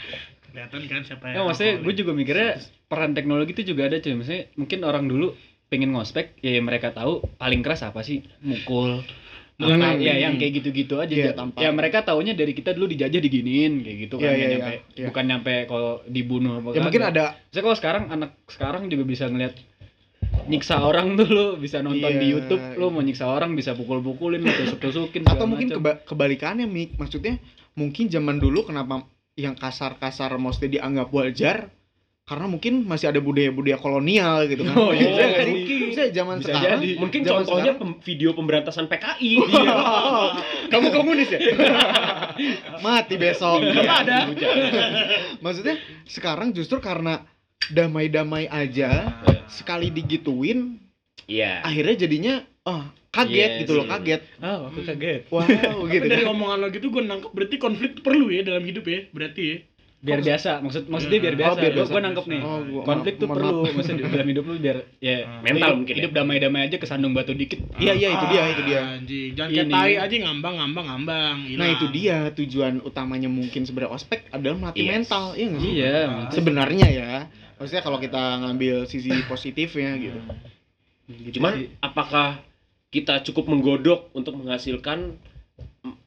[SPEAKER 2] Kelihatan kan siapa yang
[SPEAKER 3] Iya,
[SPEAKER 1] Ya, maksudnya gue
[SPEAKER 2] alkoholik.
[SPEAKER 1] juga mikirnya peran teknologi itu juga ada cuy. Maksudnya mungkin orang dulu pengen ngospek, ya yang mereka tahu paling keras apa sih? Mukul. Apa,
[SPEAKER 3] Mengenai.
[SPEAKER 1] ya yang kayak gitu-gitu aja.
[SPEAKER 3] Nah, Iya,
[SPEAKER 1] Ya,
[SPEAKER 3] tampar.
[SPEAKER 1] ya mereka taunya dari kita dulu dijajah diginiin kayak gitu kan.
[SPEAKER 3] Iya,
[SPEAKER 1] ya,
[SPEAKER 3] iya,
[SPEAKER 1] nyampe-
[SPEAKER 3] iya.
[SPEAKER 1] Bukan nyampe kalau dibunuh apa
[SPEAKER 3] ya mungkin
[SPEAKER 1] kagak.
[SPEAKER 3] ada
[SPEAKER 1] Maksudnya kalau sekarang anak sekarang juga bisa ngeliat nyiksa orang tuh lu bisa nonton di
[SPEAKER 3] Iya,
[SPEAKER 1] YouTube lu
[SPEAKER 3] iya.
[SPEAKER 1] mau nyiksa orang bisa pukul-pukulin lu tusuk-tusukin
[SPEAKER 3] atau
[SPEAKER 1] segala
[SPEAKER 3] mungkin
[SPEAKER 1] macam.
[SPEAKER 3] keba- kebalikannya Mik maksudnya mungkin zaman dulu kenapa yang kasar-kasar maksudnya dianggap wajar karena mungkin masih ada budaya-budaya kolonial gitu kan
[SPEAKER 1] Oh, iya,
[SPEAKER 3] Bisa nggak
[SPEAKER 1] jadi.
[SPEAKER 3] sih? Bisa zaman
[SPEAKER 1] Bisa
[SPEAKER 3] sekarang
[SPEAKER 1] jadi.
[SPEAKER 4] Nah, mungkin
[SPEAKER 3] zaman
[SPEAKER 4] contohnya
[SPEAKER 3] sekarang-
[SPEAKER 4] pem- video pemberantasan PKI
[SPEAKER 3] Iya. kamu komunis ya mati besok Iya,
[SPEAKER 2] ada.
[SPEAKER 3] maksudnya sekarang justru karena damai-damai aja sekali digituin
[SPEAKER 4] iya
[SPEAKER 3] akhirnya jadinya ah kaget
[SPEAKER 1] Yes.
[SPEAKER 3] gitu loh kaget
[SPEAKER 1] Ah, aku kaget
[SPEAKER 3] wow gitu
[SPEAKER 2] Tapi dari omongan lo gitu gue nangkep berarti konflik perlu ya dalam hidup ya berarti ya
[SPEAKER 1] biar biasa maksud maksudnya biar
[SPEAKER 2] Oh,
[SPEAKER 1] biasa,
[SPEAKER 3] Iya. biar
[SPEAKER 1] Gua-
[SPEAKER 3] biasa.
[SPEAKER 1] gua nangkep nih
[SPEAKER 3] Oh, gua-
[SPEAKER 1] konflik
[SPEAKER 3] maaf,
[SPEAKER 1] tuh
[SPEAKER 3] mohon
[SPEAKER 1] perlu
[SPEAKER 3] maaf.
[SPEAKER 1] maksudnya di dalam hidup lu biar ya
[SPEAKER 2] Hmm.
[SPEAKER 4] Mental
[SPEAKER 1] hidup-
[SPEAKER 4] mungkin ya.
[SPEAKER 1] hidup damai-damai aja kesandung batu dikit
[SPEAKER 3] iya iya itu dia itu dia
[SPEAKER 2] Ah, anjing jangan kayak
[SPEAKER 1] Ini.
[SPEAKER 2] tai aja ngambang ngambang ngambang hilang.
[SPEAKER 3] Nah itu dia tujuan utamanya mungkin sebenarnya ospek adalah melatih
[SPEAKER 4] Yes.
[SPEAKER 3] mental, iya nggak sih?
[SPEAKER 1] iya
[SPEAKER 2] Ah.
[SPEAKER 1] maksudnya
[SPEAKER 3] Sebenarnya ya, maksudnya kalau kita ngambil sisi positifnya gitu.
[SPEAKER 1] gitu
[SPEAKER 4] cuman
[SPEAKER 1] sih.
[SPEAKER 4] apakah kita cukup menggodok untuk menghasilkan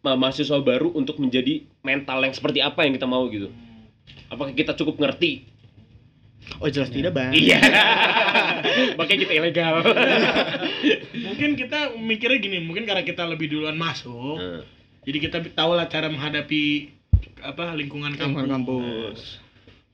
[SPEAKER 4] ma- mahasiswa baru untuk menjadi mental yang seperti apa yang kita mau gitu apakah kita cukup ngerti
[SPEAKER 3] Oh jelas tidak bang.
[SPEAKER 4] iya makanya kita ilegal
[SPEAKER 2] mungkin kita mikirnya gini mungkin karena kita lebih duluan masuk
[SPEAKER 4] Hmm.
[SPEAKER 2] jadi kita tahu lah cara menghadapi apa lingkungan kampus,
[SPEAKER 3] Lingkungan kampus.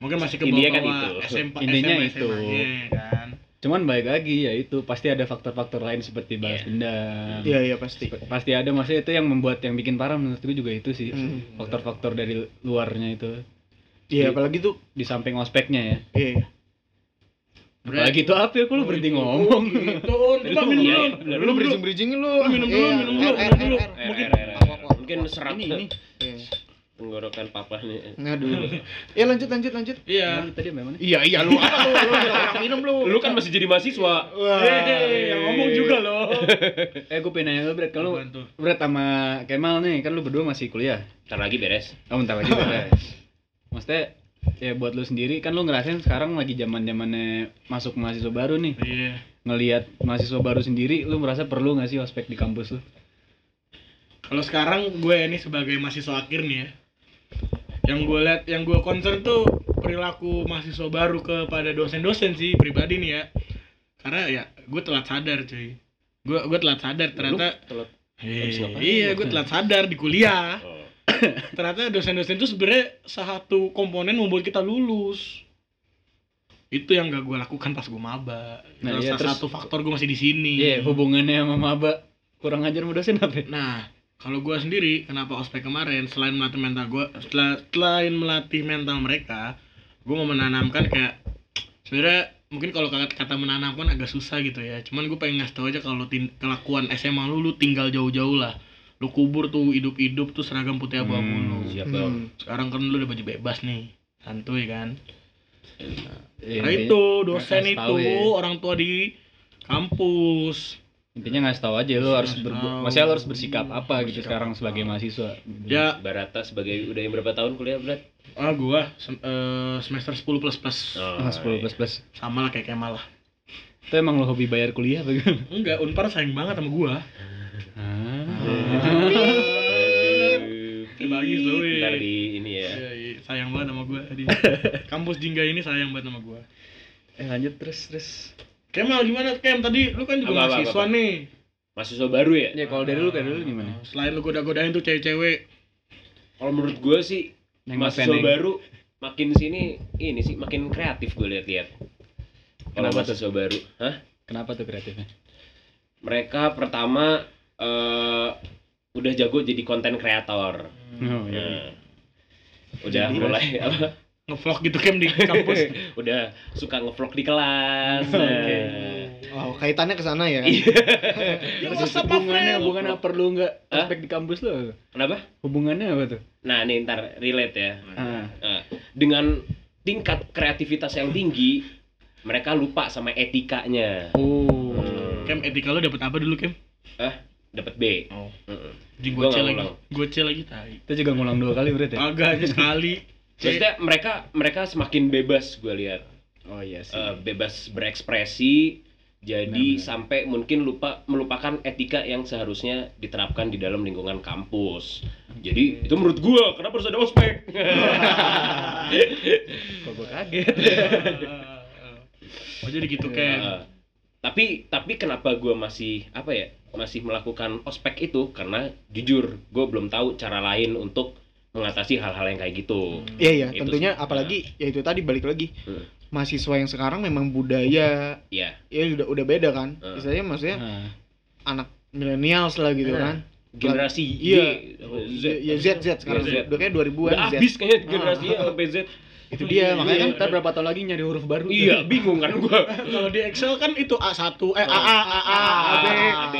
[SPEAKER 2] mungkin masih ke
[SPEAKER 4] Intinya
[SPEAKER 2] bawah
[SPEAKER 4] kan itu.
[SPEAKER 2] SMA
[SPEAKER 1] Intinya
[SPEAKER 2] SMA,
[SPEAKER 1] itu.
[SPEAKER 2] SMA, iya kan
[SPEAKER 1] Cuman baik lagi ya itu pasti ada faktor-faktor lain seperti balas dendam.
[SPEAKER 3] Iya iya pasti.
[SPEAKER 1] Sep- Pasti ada maksudnya itu yang membuat yang bikin parah menurut gue juga itu sih.
[SPEAKER 3] Hmm.
[SPEAKER 1] Faktor-faktor dari luarnya itu
[SPEAKER 3] Iya apalagi tuh
[SPEAKER 1] di samping ospeknya ya.
[SPEAKER 3] iya. iya.
[SPEAKER 1] Apalagi itu apa ya? Kok lu berhenti ngomong?
[SPEAKER 2] Oh, Itu oh, un, coba minum dulu.
[SPEAKER 4] Iya, iya, bener.
[SPEAKER 2] Belum, belum.
[SPEAKER 3] bridging-bridgingin lu.
[SPEAKER 2] Lu minum dulu,
[SPEAKER 3] Iya,
[SPEAKER 2] minum dulu,
[SPEAKER 3] air,
[SPEAKER 2] minum
[SPEAKER 3] air,
[SPEAKER 2] dulu.
[SPEAKER 3] air, air.
[SPEAKER 4] Mungkin mungkin serat
[SPEAKER 1] ini ini.
[SPEAKER 3] Iya.
[SPEAKER 4] tenggorokan papa nih.
[SPEAKER 3] Aduh. Ya lanjut lanjut lanjut.
[SPEAKER 2] Iya.
[SPEAKER 1] Mana Tadi sampai mana?
[SPEAKER 3] Iya iya lu apa lu lu orang minum lu.
[SPEAKER 4] Lu kan masih jadi mahasiswa.
[SPEAKER 3] Oh, Wah.
[SPEAKER 2] Hehehe, yang ngomong juga loh.
[SPEAKER 1] Eh gue pengen nanya lu Brad, kalau
[SPEAKER 2] Apaan tuh?
[SPEAKER 1] Brad sama Kemal nih, kan lu berdua masih kuliah.
[SPEAKER 4] Ntar lagi beres.
[SPEAKER 1] Oh, bentar lagi beres. Maksudnya ya buat lu sendiri kan lu ngerasain sekarang lagi zaman-zamannya masuk mahasiswa baru nih.
[SPEAKER 2] Iya.
[SPEAKER 1] Ngelihat mahasiswa baru sendiri, lu merasa perlu nggak sih ospek di kampus lu?
[SPEAKER 2] Kalau sekarang gue ini sebagai mahasiswa akhir nih ya. Yang gue lihat, yang gue concern tuh perilaku mahasiswa baru kepada dosen-dosen sih pribadi nih ya. Karena ya gue telat sadar cuy. Gue gue telat sadar ternyata.
[SPEAKER 4] Lu telat.
[SPEAKER 2] Hei,
[SPEAKER 4] Habis ngapain?
[SPEAKER 2] iya, gue telat sadar di kuliah.
[SPEAKER 4] Oh.
[SPEAKER 2] Ternyata dosen-dosen itu sebenarnya satu komponen membuat kita lulus. Itu yang gak gue lakukan pas gue maba.
[SPEAKER 1] Nah,
[SPEAKER 2] Itu
[SPEAKER 1] iya, terus-
[SPEAKER 2] salah satu faktor gue masih di sini.
[SPEAKER 1] Iya, hubungannya sama maba kurang ajar sama dosen apa? ya?
[SPEAKER 2] Nah, kalau gue sendiri, kenapa ospek kemarin selain melatih mental gue, setelah selain melatih mental mereka, gue mau menanamkan kayak sebenarnya mungkin kalau kata, kata menanamkan agak susah gitu ya. Cuman gue pengen ngasih tau aja kalau tin- kelakuan SMA lu, lu tinggal jauh-jauh lah. Lu kubur tuh hidup-hidup tuh seragam putih abu-abu
[SPEAKER 1] Hmm,
[SPEAKER 2] lu.
[SPEAKER 4] Siap dong.
[SPEAKER 3] Hmm.
[SPEAKER 2] Sekarang kan lu udah baju bebas nih, santuy kan.
[SPEAKER 1] Iya,
[SPEAKER 2] Karena
[SPEAKER 1] intinya-
[SPEAKER 2] itu dosen
[SPEAKER 1] ngasih
[SPEAKER 2] itu
[SPEAKER 1] tahu ya.
[SPEAKER 2] orang tua di kampus.
[SPEAKER 1] Intinya ngasih tahu aja lu harus ber
[SPEAKER 2] tahu.
[SPEAKER 1] maksudnya lu harus bersikap apa gitu
[SPEAKER 2] Bersikap
[SPEAKER 1] sekarang
[SPEAKER 2] apa.
[SPEAKER 1] sebagai mahasiswa. gitu.
[SPEAKER 2] Ya
[SPEAKER 4] Barata sebagai udah yang berapa tahun kuliah, Brad?
[SPEAKER 2] Ah gua sem- eh, semester 10 plus plus.
[SPEAKER 1] Nah,
[SPEAKER 4] Oh, iya.
[SPEAKER 1] 10 plus plus.
[SPEAKER 2] Sama lah kayak Kemal lah.
[SPEAKER 1] Itu emang lo hobi bayar kuliah apa gimana?
[SPEAKER 2] Enggak, Unpar sayang banget sama gua. Dibagi slow it.
[SPEAKER 4] Ntar di ini ya.
[SPEAKER 2] Iya, iya, sayang banget sama gua tadi. Kampus Jingga ini sayang banget sama gua.
[SPEAKER 1] Eh lanjut terus terus.
[SPEAKER 2] Kemal gimana Kem tadi lu kan juga
[SPEAKER 4] Apa, apa,
[SPEAKER 2] mahasiswa
[SPEAKER 4] apa?
[SPEAKER 2] nih. Oh,
[SPEAKER 4] Mahasiswa baru ya?
[SPEAKER 1] Ya kalau dari lu kayak dulu gimana?
[SPEAKER 2] Selain lu goda-godain tuh cewek-cewek.
[SPEAKER 4] Kalau menurut gue sih
[SPEAKER 1] Neng
[SPEAKER 4] mahasiswa
[SPEAKER 1] Mapeneng.
[SPEAKER 4] baru makin sini ini sih makin kreatif gue lihat-lihat. Kalau
[SPEAKER 1] Kenapa tuh?
[SPEAKER 4] mahasiswa baru, hah?
[SPEAKER 1] Kenapa tuh kreatifnya?
[SPEAKER 4] Mereka pertama eh, udah jago jadi konten kreator.
[SPEAKER 1] Oh, iya.
[SPEAKER 4] Nah, udah
[SPEAKER 1] Jadi,
[SPEAKER 4] mulai apa?
[SPEAKER 2] Ngevlog gitu Kem di kampus.
[SPEAKER 4] udah suka ngevlog di kelas.
[SPEAKER 1] Oke.
[SPEAKER 4] Nah,
[SPEAKER 3] Oh, kaitannya ke sana ya kan?
[SPEAKER 2] Terus
[SPEAKER 1] Terus
[SPEAKER 2] sama
[SPEAKER 1] hubungannya,
[SPEAKER 2] friend.
[SPEAKER 1] hubungannya apa perlu nggak
[SPEAKER 4] Hah?
[SPEAKER 1] aspek di kampus lo?
[SPEAKER 4] Kenapa?
[SPEAKER 1] Hubungannya apa tuh?
[SPEAKER 4] Nah, ini ntar relate ya.
[SPEAKER 1] Ah.
[SPEAKER 4] Nah, dengan tingkat kreativitas yang tinggi, mereka lupa sama etikanya.
[SPEAKER 1] Oh.
[SPEAKER 2] Kem etika lu dapat apa dulu Kem?
[SPEAKER 4] Dapat B.
[SPEAKER 2] Oh.
[SPEAKER 4] Mm-mm.
[SPEAKER 2] Di
[SPEAKER 4] Gua
[SPEAKER 2] gocel
[SPEAKER 4] nggak
[SPEAKER 2] lagi.
[SPEAKER 4] ulang.
[SPEAKER 2] Gocel lagi tai.
[SPEAKER 1] Kita juga ngulang dua kali berarti. ya?
[SPEAKER 2] Agaknya sekali. Cek.
[SPEAKER 4] Maksudnya mereka mereka semakin bebas gue lihat,
[SPEAKER 1] Oh iya sih.
[SPEAKER 4] Eh, bebas berekspresi. Jadi
[SPEAKER 1] Benar-benar.
[SPEAKER 4] sampai mungkin lupa melupakan etika yang seharusnya diterapkan di dalam lingkungan kampus. Jadi itu menurut gua kenapa harus ada ospek?
[SPEAKER 1] Kok gue kaget.
[SPEAKER 2] Oh jadi gitu Kem.
[SPEAKER 4] Nah, tapi tapi kenapa gue masih apa ya masih melakukan ospek itu karena jujur gue belum tahu cara lain untuk mengatasi hal-hal yang kayak gitu
[SPEAKER 3] Iya iya,
[SPEAKER 4] Itu
[SPEAKER 3] tentunya
[SPEAKER 4] sih.
[SPEAKER 3] apalagi ya itu tadi balik lagi.
[SPEAKER 4] Hmm.
[SPEAKER 3] Mahasiswa yang sekarang memang budaya
[SPEAKER 4] ya
[SPEAKER 3] ya udah udah beda kan.
[SPEAKER 4] Hmm.
[SPEAKER 3] Istilahnya maksudnya
[SPEAKER 1] Ah.
[SPEAKER 3] anak milenial lah gitu
[SPEAKER 4] Hmm.
[SPEAKER 3] kan.
[SPEAKER 4] generasi Y,
[SPEAKER 3] Iya.
[SPEAKER 4] Z,
[SPEAKER 3] Ya Z Z sekarang
[SPEAKER 4] Iya, Z.
[SPEAKER 3] udah kayak 2000-an
[SPEAKER 4] udah
[SPEAKER 3] Z. Ah.
[SPEAKER 4] habis kayaknya generasinya sampai Z
[SPEAKER 3] Itu dia makanya kan
[SPEAKER 1] Kita berapa tahun lagi nyari huruf baru?
[SPEAKER 4] iya bingung kan gue
[SPEAKER 2] Kalau di Excel kan itu A1 eh
[SPEAKER 3] Oh.
[SPEAKER 2] AA AA
[SPEAKER 3] AB,
[SPEAKER 4] AB,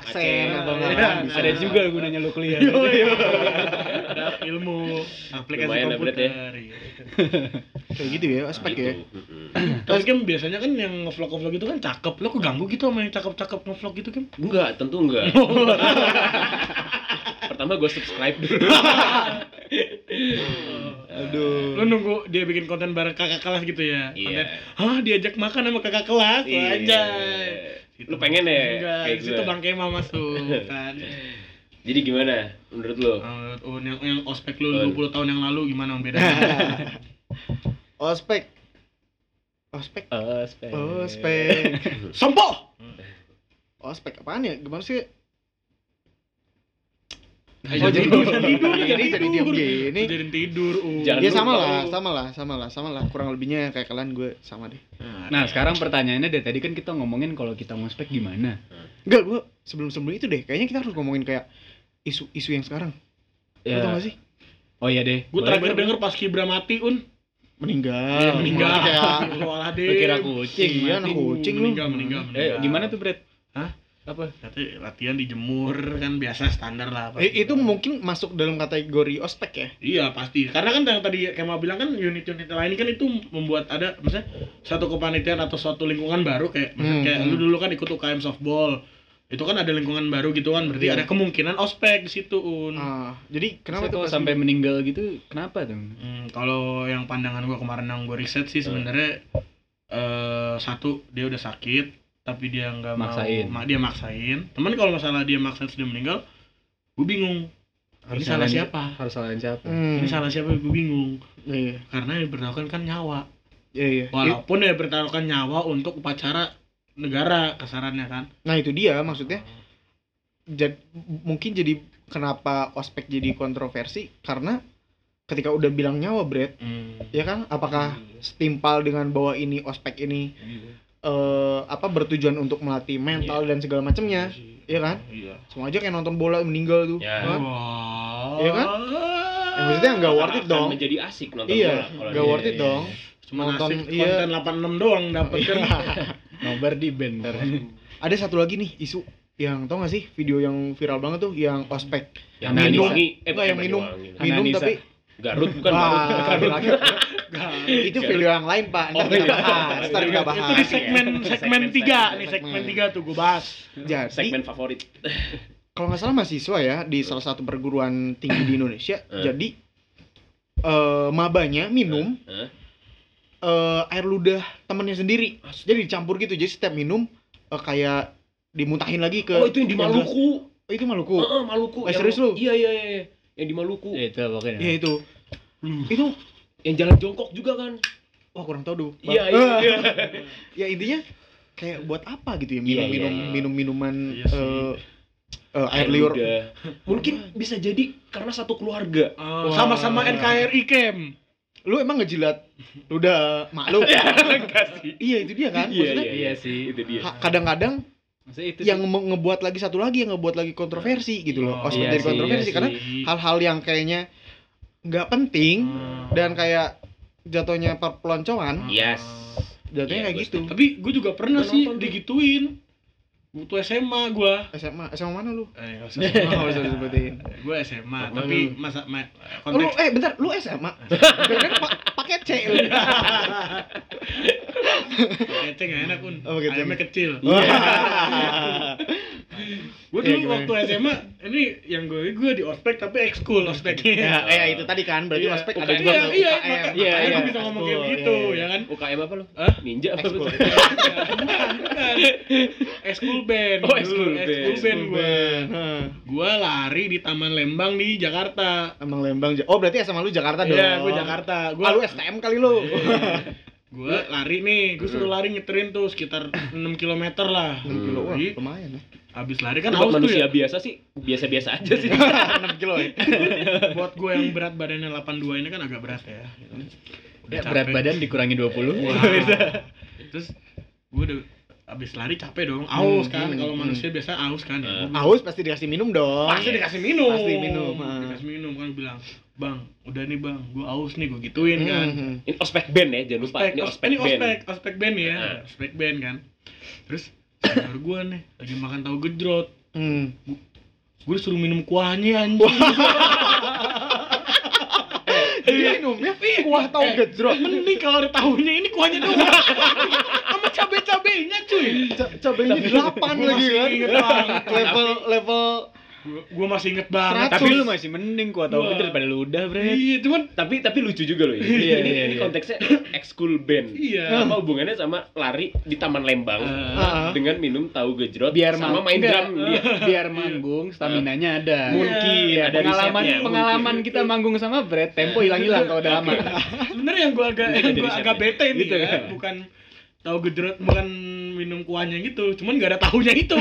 [SPEAKER 3] aksen
[SPEAKER 4] Aceh.
[SPEAKER 3] atau
[SPEAKER 2] Iya,
[SPEAKER 3] apa bisa.
[SPEAKER 1] Ah, Ada juga gunanya lu kuliah.
[SPEAKER 2] ada ilmu aplikasi
[SPEAKER 4] Lumayan lah, Brad,
[SPEAKER 2] komputer.
[SPEAKER 4] ya.
[SPEAKER 2] iya.
[SPEAKER 3] Kayak gitu ya, aspek ya.
[SPEAKER 2] Terus Kim biasanya kan yang ngevlog ngevlog itu kan cakep. Lo kok ganggu gitu sama yang cakep-cakep ngevlog gitu Kim?
[SPEAKER 4] enggak tentu enggak pertama gue subscribe dulu
[SPEAKER 3] Aduh.
[SPEAKER 2] Lo nunggu dia bikin konten bareng kakak kelas gitu ya?
[SPEAKER 4] Hmm. Iya.
[SPEAKER 2] Konten, Hah diajak makan sama kakak kelas? Wah, Anjay.
[SPEAKER 4] Iya. Lu pengen ya?
[SPEAKER 2] Enggak,
[SPEAKER 4] kayak
[SPEAKER 2] itu
[SPEAKER 4] gua?
[SPEAKER 2] Bang Kemal masuk kan.
[SPEAKER 4] Jadi gimana menurut lo?
[SPEAKER 2] Eh, Oh, yang, yang ospek lu
[SPEAKER 4] Oh.
[SPEAKER 2] 20 tahun yang lalu gimana bedanya?
[SPEAKER 3] Ospek. Ospek.
[SPEAKER 1] Ospek.
[SPEAKER 3] Ospek.
[SPEAKER 2] Sempoh!
[SPEAKER 3] Ospek apaan ya? Gimana sih? Oh, jadi
[SPEAKER 2] tidur.
[SPEAKER 3] diam.
[SPEAKER 2] Tidur,
[SPEAKER 3] Ini
[SPEAKER 2] jadi
[SPEAKER 3] jadi diam
[SPEAKER 2] tidur.
[SPEAKER 3] gini.
[SPEAKER 2] Jadi tidur. Uh.
[SPEAKER 4] Jangan
[SPEAKER 3] Ya
[SPEAKER 4] lupa
[SPEAKER 3] sama lah,
[SPEAKER 4] lu.
[SPEAKER 3] sama lah, sama lah, sama lah. Kurang lebihnya kayak kalian gue sama deh.
[SPEAKER 1] Nah, sekarang pertanyaannya dari tadi kan kita ngomongin kalau kita ngospek gimana?
[SPEAKER 3] Enggak, gue sebelum-sebelum itu deh. Kayaknya kita harus ngomongin kayak isu-isu yang sekarang. Lo tau gak sih?
[SPEAKER 1] Oh iya deh.
[SPEAKER 2] Gue
[SPEAKER 1] Boleh,
[SPEAKER 2] terakhir
[SPEAKER 1] boleh.
[SPEAKER 2] denger pas Kibra mati un
[SPEAKER 3] Iya, Meninggal.
[SPEAKER 2] Dia meninggal.
[SPEAKER 3] Kayak
[SPEAKER 2] Walah
[SPEAKER 1] Lu
[SPEAKER 2] deh.
[SPEAKER 1] kira kucing.
[SPEAKER 3] Iya, anak
[SPEAKER 1] mati.
[SPEAKER 3] kucing lu.
[SPEAKER 2] meninggal, meninggal,
[SPEAKER 1] Eh,
[SPEAKER 2] meninggal.
[SPEAKER 1] gimana tuh, Brad?
[SPEAKER 2] Hah?
[SPEAKER 1] Apa?
[SPEAKER 2] Nanti latihan dijemur kan biasa standar lah. pasti.
[SPEAKER 3] Eh, itu mungkin masuk dalam kategori ospek ya?
[SPEAKER 2] Iya pasti. Karena kan yang tadi Kemal bilang kan unit-unit lain kan itu membuat ada misalnya satu kepanitiaan atau suatu lingkungan baru kayak misalnya
[SPEAKER 3] Hmm,
[SPEAKER 2] kayak
[SPEAKER 3] hmm.
[SPEAKER 2] lu dulu kan ikut UKM softball. Itu kan ada lingkungan baru gitu kan berarti
[SPEAKER 3] Iya.
[SPEAKER 2] ada kemungkinan ospek di situ Un.
[SPEAKER 3] Ah, jadi
[SPEAKER 1] Kenapa
[SPEAKER 3] kenapa tuh pas
[SPEAKER 1] sampai
[SPEAKER 3] dulu?
[SPEAKER 1] meninggal gitu? Kenapa tuh?
[SPEAKER 2] Hmm, kalau yang pandangan gua kemarin yang gua riset sih sebenarnya eh satu dia udah sakit tapi dia nggak mau
[SPEAKER 1] Maksain.
[SPEAKER 2] ma- dia maksain. Temen kalau masalah dia maksain terus dia meninggal, gue bingung. Ini
[SPEAKER 1] Harus
[SPEAKER 2] salah
[SPEAKER 1] nyalain-
[SPEAKER 2] siapa?
[SPEAKER 1] Harus salahin siapa?
[SPEAKER 3] Hmm.
[SPEAKER 2] Ini salah siapa? Gue bingung.
[SPEAKER 3] Iya, iya.
[SPEAKER 2] Karena yang dipertaruhkan kan nyawa.
[SPEAKER 3] Iya, iya. I-
[SPEAKER 2] Walaupun dia dipertaruhkan nyawa untuk upacara negara kasarannya kan.
[SPEAKER 3] Nah, itu dia maksudnya. Jad- mungkin jadi kenapa ospek jadi kontroversi karena ketika udah bilang nyawa, Brad,
[SPEAKER 2] Hmm.
[SPEAKER 3] ya kan? Apakah
[SPEAKER 4] Hmm.
[SPEAKER 3] setimpal dengan bahwa ini ospek ini eh, apa bertujuan untuk melatih mental
[SPEAKER 4] Iya.
[SPEAKER 3] dan segala macamnya, ya kan?
[SPEAKER 2] Iya.
[SPEAKER 3] Sama aja kayak nonton bola meninggal tuh.
[SPEAKER 4] Ya.
[SPEAKER 3] Hah?
[SPEAKER 2] Wah.
[SPEAKER 3] Iya kan? Ya, maksudnya nggak
[SPEAKER 4] Akan-
[SPEAKER 3] worth it
[SPEAKER 4] akan
[SPEAKER 3] dong.
[SPEAKER 4] menjadi asik nonton
[SPEAKER 3] Iya,
[SPEAKER 4] bola kalau
[SPEAKER 3] nggak
[SPEAKER 4] dia- ya.
[SPEAKER 3] worth it
[SPEAKER 1] iya,
[SPEAKER 3] dong.
[SPEAKER 2] Cuma
[SPEAKER 3] Nonton,
[SPEAKER 2] nasib
[SPEAKER 3] iya.
[SPEAKER 2] konten 86 doang dapet kan.
[SPEAKER 1] Nobar di band.
[SPEAKER 4] Iya.
[SPEAKER 1] ntar.
[SPEAKER 3] Ada satu lagi nih isu yang tau gak sih video yang viral banget tuh yang ospek
[SPEAKER 4] Yang
[SPEAKER 1] Minum.
[SPEAKER 4] Banyuwangi, eh
[SPEAKER 3] Nggak,
[SPEAKER 4] bukan
[SPEAKER 3] yang minum Ah.
[SPEAKER 4] Banyuwangi.
[SPEAKER 3] minum
[SPEAKER 1] Ananisa.
[SPEAKER 3] tapi
[SPEAKER 4] Garut bukan Garut.
[SPEAKER 3] Wah,
[SPEAKER 4] Garut.
[SPEAKER 3] lagi- itu video yang lain pak ntar
[SPEAKER 4] Oh,
[SPEAKER 3] kita
[SPEAKER 4] iya.
[SPEAKER 3] bahas ntar kita bahas
[SPEAKER 2] Itu di segmen
[SPEAKER 4] Iya.
[SPEAKER 2] segmen
[SPEAKER 4] Segmen-
[SPEAKER 2] 3 nih,
[SPEAKER 3] segmen.
[SPEAKER 2] segmen 3 tuh gue bahas.
[SPEAKER 3] jadi
[SPEAKER 4] Segmen favorit.
[SPEAKER 3] kalau nggak salah mahasiswa ya di salah satu perguruan tinggi di Indonesia
[SPEAKER 4] Eh.
[SPEAKER 3] jadi eh, mabanya minum
[SPEAKER 4] Hah?
[SPEAKER 3] eh, air ludah temennya sendiri jadi dicampur gitu jadi setiap minum eh, kayak dimuntahin lagi ke
[SPEAKER 4] Oh, itu yang di
[SPEAKER 3] yang gelas-
[SPEAKER 4] Maluku.
[SPEAKER 3] Oh, itu Maluku
[SPEAKER 4] Heeh, Maluku.
[SPEAKER 3] Eh,
[SPEAKER 4] Yang-
[SPEAKER 3] serius lu?
[SPEAKER 4] Iya, iya, iya. Yang di Maluku.
[SPEAKER 1] Ya itu
[SPEAKER 4] eh.
[SPEAKER 1] pokoknya.
[SPEAKER 3] ya itu
[SPEAKER 2] Hmm.
[SPEAKER 3] itu
[SPEAKER 4] Yang jalan jongkok juga kan?
[SPEAKER 3] wah kurang Eh. tau dulu
[SPEAKER 4] Iya, iya, iya.
[SPEAKER 3] ya intinya kayak buat apa gitu ya
[SPEAKER 4] Iya,
[SPEAKER 3] minum minum
[SPEAKER 4] iya.
[SPEAKER 3] minum minuman
[SPEAKER 2] Iya
[SPEAKER 3] eh
[SPEAKER 2] sih.
[SPEAKER 3] eh, air liur
[SPEAKER 4] Udah. Mungkin bisa jadi karena satu keluarga.
[SPEAKER 2] Ah,
[SPEAKER 3] Wah.
[SPEAKER 2] Sama-sama
[SPEAKER 3] Iya.
[SPEAKER 2] NKRI Kem.
[SPEAKER 3] lu emang ngejilat ludah mak lu
[SPEAKER 4] Kasih.
[SPEAKER 3] iya itu dia kan
[SPEAKER 4] Iya,
[SPEAKER 3] maksudnya
[SPEAKER 4] iya,
[SPEAKER 1] Iya sih.
[SPEAKER 4] Itu dia.
[SPEAKER 3] ha- kadang-kadang
[SPEAKER 1] Maksudnya itu
[SPEAKER 3] yang nge- ngebuat lagi satu lagi yang ngebuat lagi kontroversi gitu loh
[SPEAKER 2] Oh,
[SPEAKER 3] ospek
[SPEAKER 1] iya
[SPEAKER 3] dari
[SPEAKER 1] sih,
[SPEAKER 3] kontroversi
[SPEAKER 1] iya
[SPEAKER 3] karena
[SPEAKER 2] sih.
[SPEAKER 3] hal-hal yang kayaknya nggak penting
[SPEAKER 2] Hmm.
[SPEAKER 3] dan kayak jatuhnya perpeloncoan
[SPEAKER 4] Yes.
[SPEAKER 3] jatuhnya kayak
[SPEAKER 4] Hmm. Iya, gua
[SPEAKER 3] gitu
[SPEAKER 2] Tapi gue juga pernah
[SPEAKER 4] Gua
[SPEAKER 2] sih
[SPEAKER 4] nonton tuh.
[SPEAKER 2] digituin. Waktu SMA gue.
[SPEAKER 3] SMA SMA mana lu
[SPEAKER 2] Eh,
[SPEAKER 3] nggak usah disebutin.
[SPEAKER 2] Gue SMA,
[SPEAKER 4] Apa
[SPEAKER 2] tapi
[SPEAKER 4] lu?
[SPEAKER 2] masa ma-
[SPEAKER 3] Oh, lu
[SPEAKER 2] konteks
[SPEAKER 3] eh bentar lu SMA Jangan-jangan kan, pa- pakai C lu
[SPEAKER 2] keceng gak enak pun.
[SPEAKER 3] Oh, keceng.
[SPEAKER 2] Ayamnya kecil.
[SPEAKER 3] Wah.
[SPEAKER 2] Gue
[SPEAKER 3] Iya,
[SPEAKER 2] dulu
[SPEAKER 3] gimana?
[SPEAKER 2] waktu SMA, ini yang gue gue di ospek tapi ekskul ospeknya.
[SPEAKER 3] ya, eh itu tadi kan berarti
[SPEAKER 2] Iya.
[SPEAKER 3] ospek
[SPEAKER 4] Bukan
[SPEAKER 3] ada
[SPEAKER 4] itu
[SPEAKER 3] dua
[SPEAKER 4] yang-
[SPEAKER 3] tuh,
[SPEAKER 2] iya, maka-
[SPEAKER 3] UKM.
[SPEAKER 1] Iya,
[SPEAKER 2] makanya
[SPEAKER 1] iya.
[SPEAKER 2] gue bisa ngomong kayak
[SPEAKER 3] Ekskul,
[SPEAKER 2] gitu,
[SPEAKER 3] iya, iya.
[SPEAKER 2] ya kan?
[SPEAKER 4] UKM apa lu?
[SPEAKER 2] Hah?
[SPEAKER 4] Ninja apa lu?
[SPEAKER 3] Ekskul.
[SPEAKER 2] bukan, bukan. Ekskul Eh, band.
[SPEAKER 4] Oh,
[SPEAKER 3] eh,
[SPEAKER 2] dulu.
[SPEAKER 4] ekskul band.
[SPEAKER 2] Ekskul band gue.
[SPEAKER 3] Heeh.
[SPEAKER 2] Gue lari di Taman Lembang di Jakarta.
[SPEAKER 3] Emang Lembang. Ja- Oh, berarti SMA lu Jakarta dong.
[SPEAKER 2] Iya, gue Jakarta. Iya. Gue
[SPEAKER 3] Ah, lu STM kali lu.
[SPEAKER 2] gue lari nih, gue suruh lari ngeterin tuh sekitar 6 km lah.
[SPEAKER 3] 6 Hmm. kilo. Wah,
[SPEAKER 2] Jadi,
[SPEAKER 3] lumayan ya.
[SPEAKER 2] Abis lari kan
[SPEAKER 4] Kan buat
[SPEAKER 2] haus tuh
[SPEAKER 4] manusia
[SPEAKER 2] ya.
[SPEAKER 4] biasa sih, biasa-biasa aja sih.
[SPEAKER 3] 6 kilo ya.
[SPEAKER 2] Buat gue yang berat badannya 82 ini kan agak berat ya.
[SPEAKER 3] Eh,
[SPEAKER 1] Ya, berat badan dikurangi 20.
[SPEAKER 2] Wah. Terus gue udah abis lari capek dong, aus
[SPEAKER 3] Hmm,
[SPEAKER 2] kan.
[SPEAKER 3] hmm,
[SPEAKER 2] Kalau
[SPEAKER 3] hmm.
[SPEAKER 2] manusia biasa aus kan ya.
[SPEAKER 4] Eh.
[SPEAKER 2] Gua bilang,
[SPEAKER 3] Haus pasti dikasih minum dong.
[SPEAKER 2] pasti dikasih minum
[SPEAKER 3] Oh, iya. Pasti minum, ah.
[SPEAKER 2] dikasih minum kan gua bilang bang udah nih bang gue aus nih gue gituin kan
[SPEAKER 3] Hmm.
[SPEAKER 4] Ini ospek band ya, jangan lupa.
[SPEAKER 2] ospek
[SPEAKER 4] Ini
[SPEAKER 2] os-
[SPEAKER 4] ospek
[SPEAKER 2] ini
[SPEAKER 4] band.
[SPEAKER 2] ospek ospek band ya
[SPEAKER 4] Ah.
[SPEAKER 2] ospek band kan terus saudara gue nih lagi makan tahu gedrot
[SPEAKER 3] Hmm.
[SPEAKER 2] gue disuruh minum kuahnya anjing
[SPEAKER 3] Jadi
[SPEAKER 2] Iya, ya.
[SPEAKER 3] minumnya kuah tahu
[SPEAKER 2] Eh.
[SPEAKER 3] gejrot.
[SPEAKER 2] mending kalau ada tahunya ini kuahnya doang sama cabe cabenya cuy
[SPEAKER 3] Ca- Cabainya 8
[SPEAKER 2] Gua
[SPEAKER 3] lagi
[SPEAKER 2] masih
[SPEAKER 3] kan.
[SPEAKER 2] inget banget.
[SPEAKER 3] Level level
[SPEAKER 2] gue masih inget banget
[SPEAKER 1] Tapi
[SPEAKER 3] Seratus.
[SPEAKER 1] lu masih mending kuat tau
[SPEAKER 2] Wah.
[SPEAKER 1] gitu daripada lu udah, Brad.
[SPEAKER 2] iya cuman
[SPEAKER 4] Tapi tapi lucu juga loh ini.
[SPEAKER 1] Iya,
[SPEAKER 4] ini,
[SPEAKER 1] iya,
[SPEAKER 4] ini
[SPEAKER 1] iya.
[SPEAKER 4] konteksnya ekskul band.
[SPEAKER 2] Iya.
[SPEAKER 4] Apa hubungannya sama lari di Taman Lembang
[SPEAKER 2] Ah.
[SPEAKER 4] dengan minum tahu gejrot
[SPEAKER 1] Biar
[SPEAKER 4] sama
[SPEAKER 1] ma-
[SPEAKER 4] main
[SPEAKER 1] enggak.
[SPEAKER 4] drum iya. dia.
[SPEAKER 1] Biar manggung, stamina-nya ada.
[SPEAKER 4] Mungkin
[SPEAKER 1] Iya,
[SPEAKER 4] ada
[SPEAKER 1] pengalaman
[SPEAKER 4] risetnya,
[SPEAKER 1] pengalaman
[SPEAKER 4] mungkin.
[SPEAKER 1] kita manggung sama Brad, tempo hilang-hilang kalau udah lama.
[SPEAKER 2] Iya. sebenarnya yang gue agak
[SPEAKER 4] Gitu
[SPEAKER 2] yang
[SPEAKER 4] dari
[SPEAKER 2] gua
[SPEAKER 4] siapa
[SPEAKER 2] agak
[SPEAKER 4] ya?
[SPEAKER 2] bete nih
[SPEAKER 1] Gitu
[SPEAKER 2] ya.
[SPEAKER 1] kan?
[SPEAKER 2] bukan tahu gejrot bukan minum kuahnya gitu, cuman gak ada tahunya itu.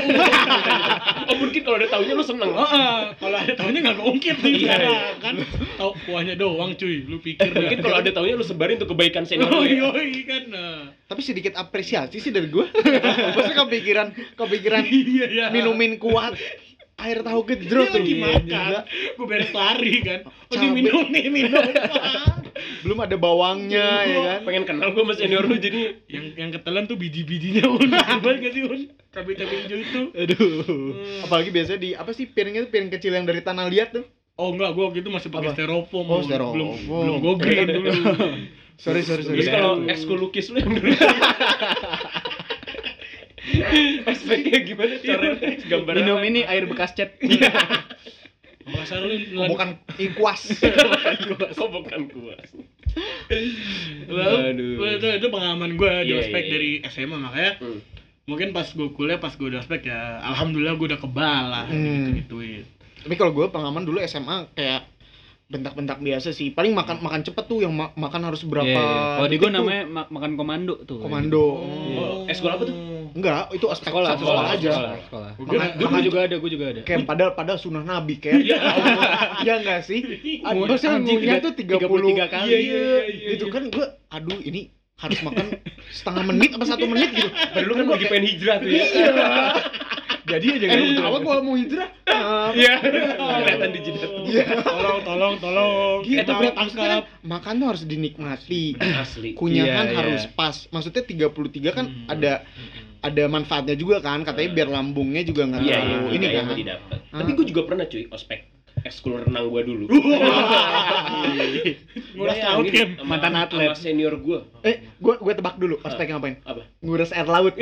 [SPEAKER 4] oh mungkin kalau ada tahunya lu seneng
[SPEAKER 2] Oh, ah, kalau ada tahunya gak keungkit sih
[SPEAKER 4] Iya,
[SPEAKER 2] sekarang,
[SPEAKER 4] iya.
[SPEAKER 2] kan. Tahu kuahnya doang cuy, lu pikir
[SPEAKER 4] mungkin kalau ada tahunya lu sebarin tuh kebaikan senior
[SPEAKER 2] Oh,
[SPEAKER 4] lu ya.
[SPEAKER 2] yoi kan. nah.
[SPEAKER 3] Tapi sedikit apresiasi sih dari gua. Maksudnya kepikiran kepikiran
[SPEAKER 2] Iya, iya.
[SPEAKER 3] minumin kuat air tahu
[SPEAKER 2] Dia
[SPEAKER 3] gedrot tuh. iya,
[SPEAKER 2] lagi makan,
[SPEAKER 3] Gila.
[SPEAKER 2] gue beres lari kan. Oh,
[SPEAKER 3] Cabe.
[SPEAKER 2] diminum nih, minum. Wah.
[SPEAKER 3] Belum ada bawangnya
[SPEAKER 1] Iya,
[SPEAKER 3] ya kan.
[SPEAKER 4] pengen kenal gue sama senior lu jadi
[SPEAKER 2] yang yang ketelan tuh biji-bijinya un banget gak sih un cabai-cabai hijau itu
[SPEAKER 3] Aduh. Hmm. Apalagi biasanya di apa sih piringnya tuh piring kecil yang dari tanah liat tuh.
[SPEAKER 2] oh enggak gua waktu itu masih pakai
[SPEAKER 3] Apa?
[SPEAKER 2] styrofoam
[SPEAKER 3] Oh,
[SPEAKER 2] Un.
[SPEAKER 3] styrofoam.
[SPEAKER 2] belum belum
[SPEAKER 4] iya,
[SPEAKER 2] gogreen dulu
[SPEAKER 3] Sorry sorry sorry.
[SPEAKER 4] terus kalau ekskul lukis lu yang dulu Aspeknya gimana caranya Iya. gambaran
[SPEAKER 1] Minum ini air bekas cat. Iya.
[SPEAKER 2] masa lu
[SPEAKER 3] Oh, bukan ikuas.
[SPEAKER 4] kok bukan gua Aduh.
[SPEAKER 2] Lalu, itu, itu pengalaman gua di
[SPEAKER 4] Iya,
[SPEAKER 2] ospek
[SPEAKER 4] iya, iya.
[SPEAKER 2] dari SMA makanya
[SPEAKER 4] Hmm.
[SPEAKER 2] mungkin pas gua kuliah pas gua di ospek ya alhamdulillah gua udah kebal lah
[SPEAKER 3] Hmm.
[SPEAKER 2] gituin
[SPEAKER 3] Tapi kalau gue pengalaman dulu SMA kayak bentak-bentak biasa sih. Paling makan makan cepet tuh yang ma- makan harus berapa.
[SPEAKER 1] Iya, iya. Kalau di
[SPEAKER 3] detik
[SPEAKER 1] gua
[SPEAKER 3] tuh.
[SPEAKER 1] namanya ma- makan komando tuh.
[SPEAKER 3] komando.
[SPEAKER 4] Oh, ekskul apa tuh?
[SPEAKER 3] Enggak, itu aspek
[SPEAKER 1] Sekolah,
[SPEAKER 3] sekolah,
[SPEAKER 1] sekolah
[SPEAKER 3] aja.
[SPEAKER 1] Sekolah, sekolah.
[SPEAKER 2] Gua
[SPEAKER 3] Makan-
[SPEAKER 2] kira-
[SPEAKER 1] Gue
[SPEAKER 3] makan-
[SPEAKER 1] juga ada, gue juga ada.
[SPEAKER 3] Kayak padahal padahal sunnah Nabi kayak. ya Allah. Ya enggak sih? Aduh, saya
[SPEAKER 1] Anjing,
[SPEAKER 3] ngunyah
[SPEAKER 1] tiga-
[SPEAKER 3] tuh 30
[SPEAKER 1] 33 kali.
[SPEAKER 3] Iya, iya,
[SPEAKER 1] Iya,
[SPEAKER 2] iya,
[SPEAKER 3] Itu
[SPEAKER 2] iya.
[SPEAKER 3] kan gue aduh ini harus makan setengah menit apa satu menit gitu.
[SPEAKER 4] Padahal lu kan lagi pengen hijrah tuh ya
[SPEAKER 3] Iya.
[SPEAKER 1] Jadi aja
[SPEAKER 3] Eh, lu awal gua mau hijrah. Nah,
[SPEAKER 4] Iya. Kelihatan di jidat.
[SPEAKER 2] Oh,
[SPEAKER 4] Iya.
[SPEAKER 2] tolong tolong tolong
[SPEAKER 3] Gitu,
[SPEAKER 4] Eh, tapi
[SPEAKER 3] maksudnya kan makan tuh harus dinikmati.
[SPEAKER 4] Asli.
[SPEAKER 1] Iya,
[SPEAKER 3] Kunyahan
[SPEAKER 1] iya.
[SPEAKER 3] harus pas. Maksudnya 33 kan
[SPEAKER 2] Hmm.
[SPEAKER 3] ada ada manfaatnya juga kan katanya biar lambungnya juga nggak
[SPEAKER 4] Iya, iya.
[SPEAKER 3] terlalu ini
[SPEAKER 4] Ini
[SPEAKER 3] kan.
[SPEAKER 4] kan didapat. Tapi gua juga pernah cuy ospek ekskul renang gua dulu.
[SPEAKER 2] nguras
[SPEAKER 4] Bayangin
[SPEAKER 2] laut kan
[SPEAKER 4] sama-
[SPEAKER 1] Mantan atlet.
[SPEAKER 4] Sama senior gua.
[SPEAKER 3] Eh, gue gue tebak dulu ospek ngapain?
[SPEAKER 4] Apa?
[SPEAKER 3] Ngurus air laut.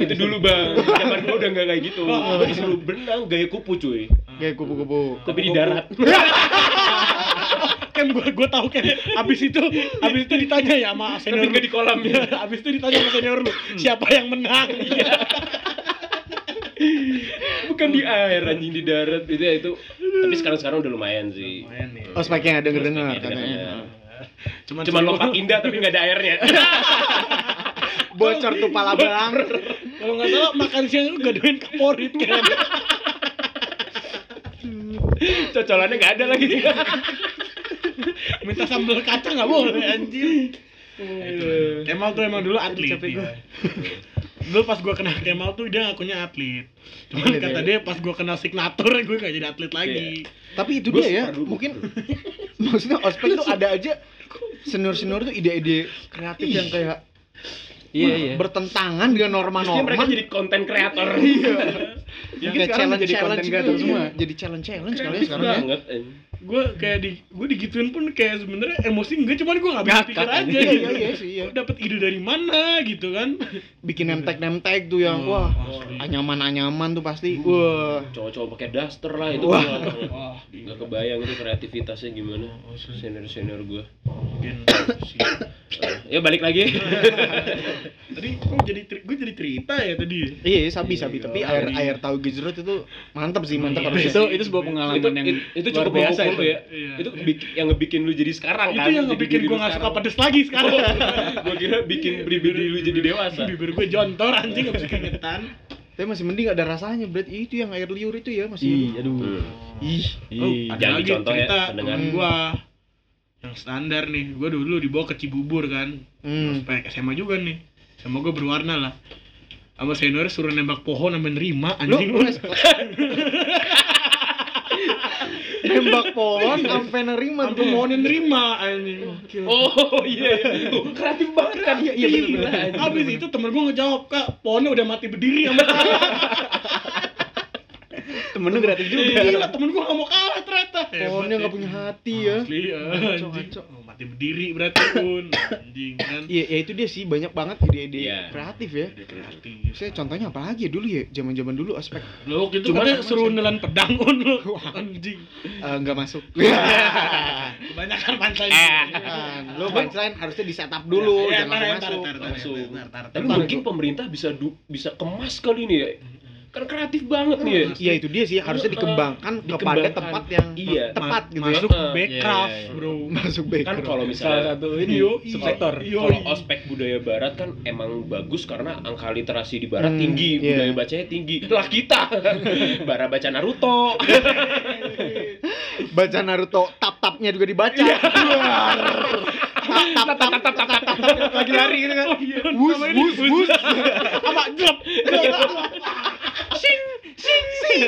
[SPEAKER 4] Itu dulu bang. Zaman gua udah nggak kayak gitu. Gua disuruh berenang gaya kupu cuy.
[SPEAKER 3] Kayak kupu-kupu.
[SPEAKER 4] Tapi di darat.
[SPEAKER 2] kan gua gua tahu kan abis itu abis itu ditanya ya sama
[SPEAKER 4] Tapi
[SPEAKER 2] senior lu
[SPEAKER 4] nggak di kolam ya.
[SPEAKER 2] abis itu ditanya sama senior lu siapa yang menang
[SPEAKER 4] Bukan di air anjing di darat itu ya, itu. Tapi sekarang sekarang udah lumayan sih.
[SPEAKER 3] Ospeknya ada denger-dengar
[SPEAKER 4] Ospeknya
[SPEAKER 3] katanya.
[SPEAKER 4] denger-dengar.
[SPEAKER 2] cuman
[SPEAKER 4] Cuman ya. lompat indah tapi nggak ada airnya.
[SPEAKER 3] Bocor tuh pala bang.
[SPEAKER 2] kalau nggak salah makan siang lu gadoin kaporit kan
[SPEAKER 4] Cocolannya nggak ada lagi.
[SPEAKER 2] minta sambal kacang nggak boleh anjir Kemal tuh emang dulu atlet iya.
[SPEAKER 1] capek gua.
[SPEAKER 2] dia. dulu pas gua kenal Kemal tuh dia ngakunya atlet iya. cuman
[SPEAKER 3] Atlet,
[SPEAKER 2] kata
[SPEAKER 3] ya.
[SPEAKER 2] dia pas gua kenal signatur gue nggak jadi atlet lagi
[SPEAKER 3] Tapi itu
[SPEAKER 4] Gua
[SPEAKER 3] dia ya,
[SPEAKER 4] super dulu.
[SPEAKER 3] mungkin maksudnya ospek tuh ada aja senior-senior tuh ide-ide kreatif yang kayak
[SPEAKER 1] Iya, iya.
[SPEAKER 3] bertentangan dengan
[SPEAKER 4] Maksudnya mereka
[SPEAKER 3] norma-norma.
[SPEAKER 4] jadi konten kreator.
[SPEAKER 1] Mungkin
[SPEAKER 3] Kayak
[SPEAKER 1] sekarang jadi konten
[SPEAKER 3] gitu
[SPEAKER 1] kreator
[SPEAKER 3] ya.
[SPEAKER 1] semua.
[SPEAKER 3] Jadi challenge challenge kali ya
[SPEAKER 4] Kreatif
[SPEAKER 3] sekarang ya.
[SPEAKER 4] banget. eh.
[SPEAKER 2] gue kayak di gue digituin pun kayak sebenarnya emosi enggak cuman gue nggak bisa
[SPEAKER 1] Ngakak
[SPEAKER 2] pikir
[SPEAKER 1] aja.
[SPEAKER 2] aja
[SPEAKER 3] Iya
[SPEAKER 2] gitu.
[SPEAKER 3] iya iya sih iya.
[SPEAKER 2] dapat ide dari mana gitu kan
[SPEAKER 3] Bikin nemtek nemtek tuh yang
[SPEAKER 2] Oh,
[SPEAKER 3] wah
[SPEAKER 2] asli.
[SPEAKER 3] anyaman anyaman tuh pasti. Wah.
[SPEAKER 4] Cowok-cowok pakai daster lah itu.
[SPEAKER 3] Wah.
[SPEAKER 4] gua-
[SPEAKER 2] wah
[SPEAKER 4] Gak kebayang itu kreativitasnya gimana
[SPEAKER 3] Oh,
[SPEAKER 4] senior senior gue.
[SPEAKER 2] mungkin sih.
[SPEAKER 4] ya balik lagi.
[SPEAKER 2] tadi gue jadi gue jadi cerita ya tadi
[SPEAKER 3] Iya, iya, sabi sabi
[SPEAKER 4] Iya,
[SPEAKER 3] tapi
[SPEAKER 4] iya.
[SPEAKER 3] air air tahu gejrot itu mantap sih, mantap
[SPEAKER 2] Iya.
[SPEAKER 3] habis
[SPEAKER 1] Itu itu sebuah pengalaman
[SPEAKER 4] itu,
[SPEAKER 1] yang
[SPEAKER 4] it- itu
[SPEAKER 1] luar
[SPEAKER 4] cukup
[SPEAKER 1] biasa
[SPEAKER 4] memukul
[SPEAKER 1] itu
[SPEAKER 4] lu ya.
[SPEAKER 2] Iya.
[SPEAKER 4] Itu bik- yang ngebikin lu jadi sekarang kan.
[SPEAKER 2] itu yang ngebikin gue nggak suka pedes lagi sekarang
[SPEAKER 4] gue kira bikin bibir lu jadi dewasa.
[SPEAKER 2] bibir gue jontor anjing abis keringetan
[SPEAKER 3] Tapi masih mending ada rasanya, Brad. Itu yang air liur itu
[SPEAKER 1] Ih,
[SPEAKER 3] ya masih.
[SPEAKER 1] Iya, aduh.
[SPEAKER 4] Hmm.
[SPEAKER 3] Ih.
[SPEAKER 2] Oh,
[SPEAKER 1] Ih.
[SPEAKER 4] Jangan dicontoh ya, pendengar.
[SPEAKER 2] gue yang standar nih gue dulu dibawa ke Cibubur kan
[SPEAKER 3] Hmm.
[SPEAKER 2] ospek SMA juga nih sama gue berwarna lah sama senior suruh nembak pohon sama nerima
[SPEAKER 3] Lu
[SPEAKER 2] anjing
[SPEAKER 3] lu- nembak pohon sampai nerima
[SPEAKER 2] Sampai
[SPEAKER 3] tuh
[SPEAKER 2] mau
[SPEAKER 3] pohon.
[SPEAKER 2] nerima anjing.
[SPEAKER 4] Oh iya, iya. tuh kreatif banget kan. Iya
[SPEAKER 2] Iya, Abis itu temen gue ngejawab, Kak, pohonnya udah mati berdiri sama saya.
[SPEAKER 1] Temen lu kreatif
[SPEAKER 2] Gila,
[SPEAKER 1] juga.
[SPEAKER 2] temen gue gak mau kalah ternyata.
[SPEAKER 3] Iya. Pohonnya nggak punya hati ya.
[SPEAKER 2] Asli ya,
[SPEAKER 3] Ngaco,
[SPEAKER 2] anjing.
[SPEAKER 3] ngaco.
[SPEAKER 2] Oh, mati berdiri berarti pun. Anjing kan.
[SPEAKER 3] Iya, ya itu dia sih banyak banget ide-ide
[SPEAKER 4] Iya.
[SPEAKER 3] kreatif ya.
[SPEAKER 2] Udah kreatif.
[SPEAKER 3] Saya contohnya apa lagi ya dulu ya zaman-zaman dulu aspek
[SPEAKER 2] Lo waktu itu
[SPEAKER 4] Cuman-
[SPEAKER 2] katanya suruh nelan pedang on lo. Anjing.
[SPEAKER 3] eh, nggak masuk.
[SPEAKER 2] Iya. Kebanyakan pantai.
[SPEAKER 3] Kan, lu punchline harusnya di setup dulu,
[SPEAKER 2] Ya,
[SPEAKER 4] Iya,
[SPEAKER 3] jangan
[SPEAKER 2] tar,
[SPEAKER 3] langsung
[SPEAKER 2] tar,
[SPEAKER 3] masuk.
[SPEAKER 2] tar, tar, tar,
[SPEAKER 4] Langsung.
[SPEAKER 2] tar, tar, tar,
[SPEAKER 4] Tapi
[SPEAKER 2] tar.
[SPEAKER 4] mungkin pemerintah bisa du- bisa kemas kali ini ya kan kreatif banget nih ya.
[SPEAKER 3] Iya itu dia sih harusnya dikembangkan, kepada
[SPEAKER 4] Dikembangkan.
[SPEAKER 3] tempat yang
[SPEAKER 4] Iya.
[SPEAKER 3] tepat gitu ya.
[SPEAKER 2] masuk
[SPEAKER 4] Heeh,
[SPEAKER 2] backcraft
[SPEAKER 1] iya, iya, iya.
[SPEAKER 2] bro
[SPEAKER 3] Masuk
[SPEAKER 4] Kan
[SPEAKER 3] background.
[SPEAKER 4] kalau
[SPEAKER 1] salah
[SPEAKER 4] misalnya
[SPEAKER 1] satu ini
[SPEAKER 2] Yoi.
[SPEAKER 1] sektor
[SPEAKER 2] Iya.
[SPEAKER 4] kalau ospek budaya barat kan emang bagus karena angka literasi di barat
[SPEAKER 3] Hmm,
[SPEAKER 4] tinggi,
[SPEAKER 3] iya.
[SPEAKER 4] budaya bacanya tinggi. Lah kita bara baca Naruto.
[SPEAKER 3] Iya, baca Naruto tap-tapnya juga dibaca. tap tap tap tap tap tap tap lagi lari gitu
[SPEAKER 2] Oh,
[SPEAKER 3] kan.
[SPEAKER 2] iya.
[SPEAKER 3] Wus wus wus. Apa drop. Sing sing sing sing.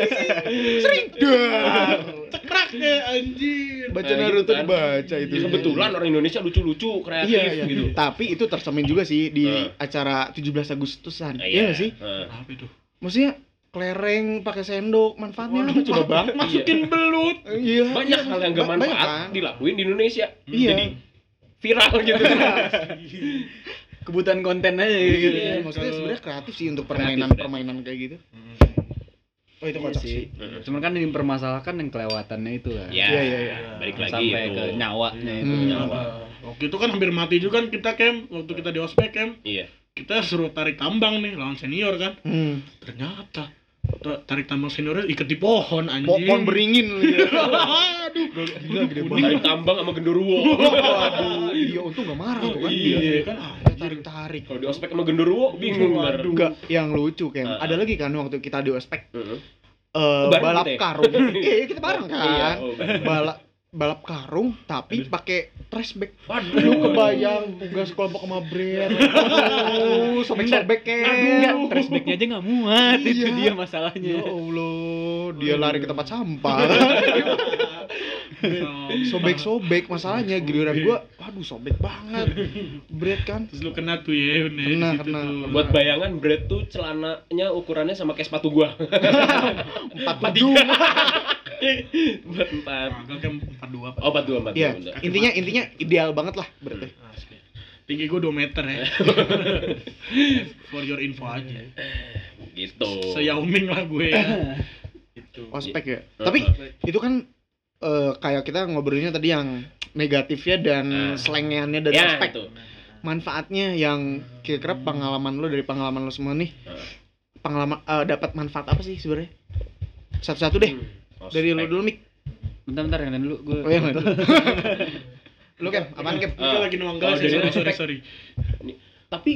[SPEAKER 3] Sering. Dar.
[SPEAKER 2] cekrak ya, deh anjir
[SPEAKER 3] Baca
[SPEAKER 4] Nah, gitu
[SPEAKER 3] Naruto
[SPEAKER 4] kan.
[SPEAKER 3] dibaca itu.
[SPEAKER 4] Ya, kebetulan orang Indonesia lucu-lucu, kreatif
[SPEAKER 3] Iya, iya.
[SPEAKER 4] gitu.
[SPEAKER 3] Tapi itu tercemin juga sih di
[SPEAKER 4] Eh.
[SPEAKER 3] acara 17 Agustusan.
[SPEAKER 4] Nah,
[SPEAKER 3] Iya nggak sih?
[SPEAKER 4] Heeh.
[SPEAKER 2] apa itu
[SPEAKER 3] Maksudnya kelereng pakai sendok manfaatnya
[SPEAKER 2] Waduh,
[SPEAKER 3] apa coba bang?
[SPEAKER 2] masukin belut
[SPEAKER 3] Iya.
[SPEAKER 4] banyak hal yang gak
[SPEAKER 3] Ba-
[SPEAKER 4] manfaat
[SPEAKER 3] banyak kan?
[SPEAKER 4] dilakuin di Indonesia.
[SPEAKER 3] Iya.
[SPEAKER 4] Jadi viral gitu.
[SPEAKER 1] kebutuhan konten aja gitu.
[SPEAKER 3] Iya, maksudnya
[SPEAKER 2] kalau-
[SPEAKER 3] sebenarnya kreatif sih untuk
[SPEAKER 4] Kreatif,
[SPEAKER 3] permainan-permainan kayak gitu. Oh, itu
[SPEAKER 1] Iya
[SPEAKER 3] kocak
[SPEAKER 1] sih.
[SPEAKER 3] sih.
[SPEAKER 4] Heeh.
[SPEAKER 1] Cuman kan yang dipermasalahkan yang kelewatannya itu kan.
[SPEAKER 4] ya,
[SPEAKER 3] Iya, iya, iya.
[SPEAKER 4] balik lagi
[SPEAKER 1] Sampai
[SPEAKER 4] itu.
[SPEAKER 1] ke nyawanya
[SPEAKER 2] Iya.
[SPEAKER 1] itu.
[SPEAKER 3] Hmm.
[SPEAKER 1] Nyawa.
[SPEAKER 2] waktu itu kan hampir mati juga kan kita camp waktu kita di ospek camp
[SPEAKER 4] Iya.
[SPEAKER 2] kita suruh tarik tambang nih lawan senior kan
[SPEAKER 3] Hmm.
[SPEAKER 2] ternyata ta- tarik tambang seniornya ikat di pohon anjing
[SPEAKER 3] Pohon beringin lu ya.
[SPEAKER 2] aduh
[SPEAKER 3] Gila gede
[SPEAKER 4] Tarik
[SPEAKER 3] banget.
[SPEAKER 4] tambang sama genderuwo.
[SPEAKER 3] Waduh, iya untung gak marah tuh kan.
[SPEAKER 4] Iya.
[SPEAKER 2] kan
[SPEAKER 3] Dia tarik-tarik.
[SPEAKER 4] Kalau di ospek sama genderuwo bingung ntar.
[SPEAKER 3] Enggak, yang lucu kan.
[SPEAKER 4] Ah.
[SPEAKER 3] Ada lagi kan waktu kita di ospek
[SPEAKER 4] Heeh.
[SPEAKER 3] eh,
[SPEAKER 4] Bareng
[SPEAKER 3] balap
[SPEAKER 4] kita ya?
[SPEAKER 3] karung. Iya, kita bareng
[SPEAKER 4] Iya,
[SPEAKER 3] kan.
[SPEAKER 4] oh, bareng.
[SPEAKER 3] Balap balap karung tapi pakai trash bag.
[SPEAKER 4] Waduh,
[SPEAKER 3] Lu kebayang tugas kelompok sama Bren. Aduh, sobek-sobek
[SPEAKER 1] Enggak,
[SPEAKER 3] kan.
[SPEAKER 1] trash backnya aja nggak muat itu
[SPEAKER 3] Iya.
[SPEAKER 1] dia masalahnya.
[SPEAKER 3] Ya Allah, dia lari ke tempat sampah. Sobek-sobek masalahnya giliran gua, waduh sobek banget. Bread kan.
[SPEAKER 2] terus lu kena tuh ya Yun, ya, di
[SPEAKER 3] Kena,
[SPEAKER 2] situ
[SPEAKER 3] kena.
[SPEAKER 2] tuh.
[SPEAKER 4] Buat bayangan Brad tuh celananya ukurannya sama kayak sepatu gua.
[SPEAKER 3] 47.
[SPEAKER 4] Empat empat.
[SPEAKER 2] Agak kayak empat dua
[SPEAKER 4] Oh, empat dua empat.
[SPEAKER 3] Iya,
[SPEAKER 4] dua, bentar. Hmm.
[SPEAKER 3] intinya intinya ideal banget lah berarti.
[SPEAKER 2] tinggi gua 2 meter ya for your info aja
[SPEAKER 4] Gitu.
[SPEAKER 2] seyauming lah gue ya Oh. itu
[SPEAKER 3] Ospek
[SPEAKER 4] Iya.
[SPEAKER 3] ya. Tapi itu kan eh, kayak kita ngobrolnya tadi yang negatifnya dan
[SPEAKER 4] Ah.
[SPEAKER 3] selengeannya dari
[SPEAKER 4] Ya,
[SPEAKER 3] ospek.
[SPEAKER 4] itu.
[SPEAKER 3] Manfaatnya yang kira-kira pengalaman lo dari pengalaman lo semua nih.
[SPEAKER 4] Ah.
[SPEAKER 3] Pengalaman eh, dapat manfaat apa sih sebenarnya? Satu-satu deh.
[SPEAKER 4] Hmm,
[SPEAKER 3] Dari lo
[SPEAKER 4] ospek.
[SPEAKER 3] dulu Mik.
[SPEAKER 1] Bentar bentar yang lain dulu Iya, gue.
[SPEAKER 3] Oh, yang lain dulu. Lo kan apaan Kep?
[SPEAKER 2] Kita lagi nuang gelas
[SPEAKER 4] Kalau
[SPEAKER 2] ya,
[SPEAKER 4] dari
[SPEAKER 2] sorry, sorry,
[SPEAKER 4] ospek-
[SPEAKER 2] sorry.
[SPEAKER 4] tapi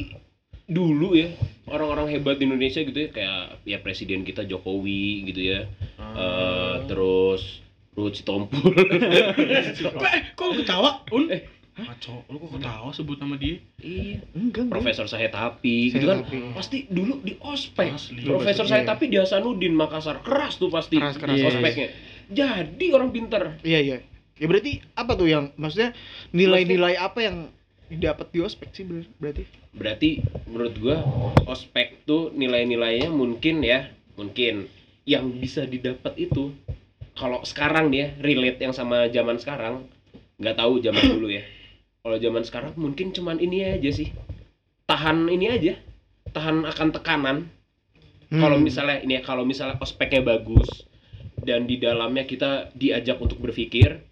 [SPEAKER 4] dulu ya orang-orang hebat di Indonesia gitu ya kayak ya presiden kita Jokowi gitu ya Eh, terus Ruhut Sitompul
[SPEAKER 2] Kok, eh, kok lu ketawa, Un? Eh, Maco, lu kok ketawa sebut nama dia?
[SPEAKER 4] iya
[SPEAKER 3] Enggak, enggak.
[SPEAKER 4] Profesor Sahet Tapi gitu kan
[SPEAKER 3] Tapi-
[SPEAKER 4] pasti dulu di ospek
[SPEAKER 2] Asli.
[SPEAKER 4] Profesor
[SPEAKER 3] Iya.
[SPEAKER 4] Sahet Tapi di Hasanuddin Makassar keras tuh pasti
[SPEAKER 3] Keras, keras,
[SPEAKER 4] Iya.
[SPEAKER 1] keras.
[SPEAKER 4] ospeknya jadi orang pinter
[SPEAKER 3] Iya iya. Ya berarti apa tuh yang maksudnya nilai-nilai apa yang didapat di ospek sih ber- berarti?
[SPEAKER 4] berarti menurut gua ospek tuh nilai-nilainya mungkin ya mungkin yang bisa didapat itu kalau sekarang dia relate yang sama zaman sekarang nggak tahu zaman dulu ya kalau zaman sekarang mungkin cuman ini aja sih tahan ini aja tahan akan tekanan kalau
[SPEAKER 3] Hmm.
[SPEAKER 4] misalnya ini ya, kalau misalnya ospeknya bagus dan di dalamnya kita diajak untuk berpikir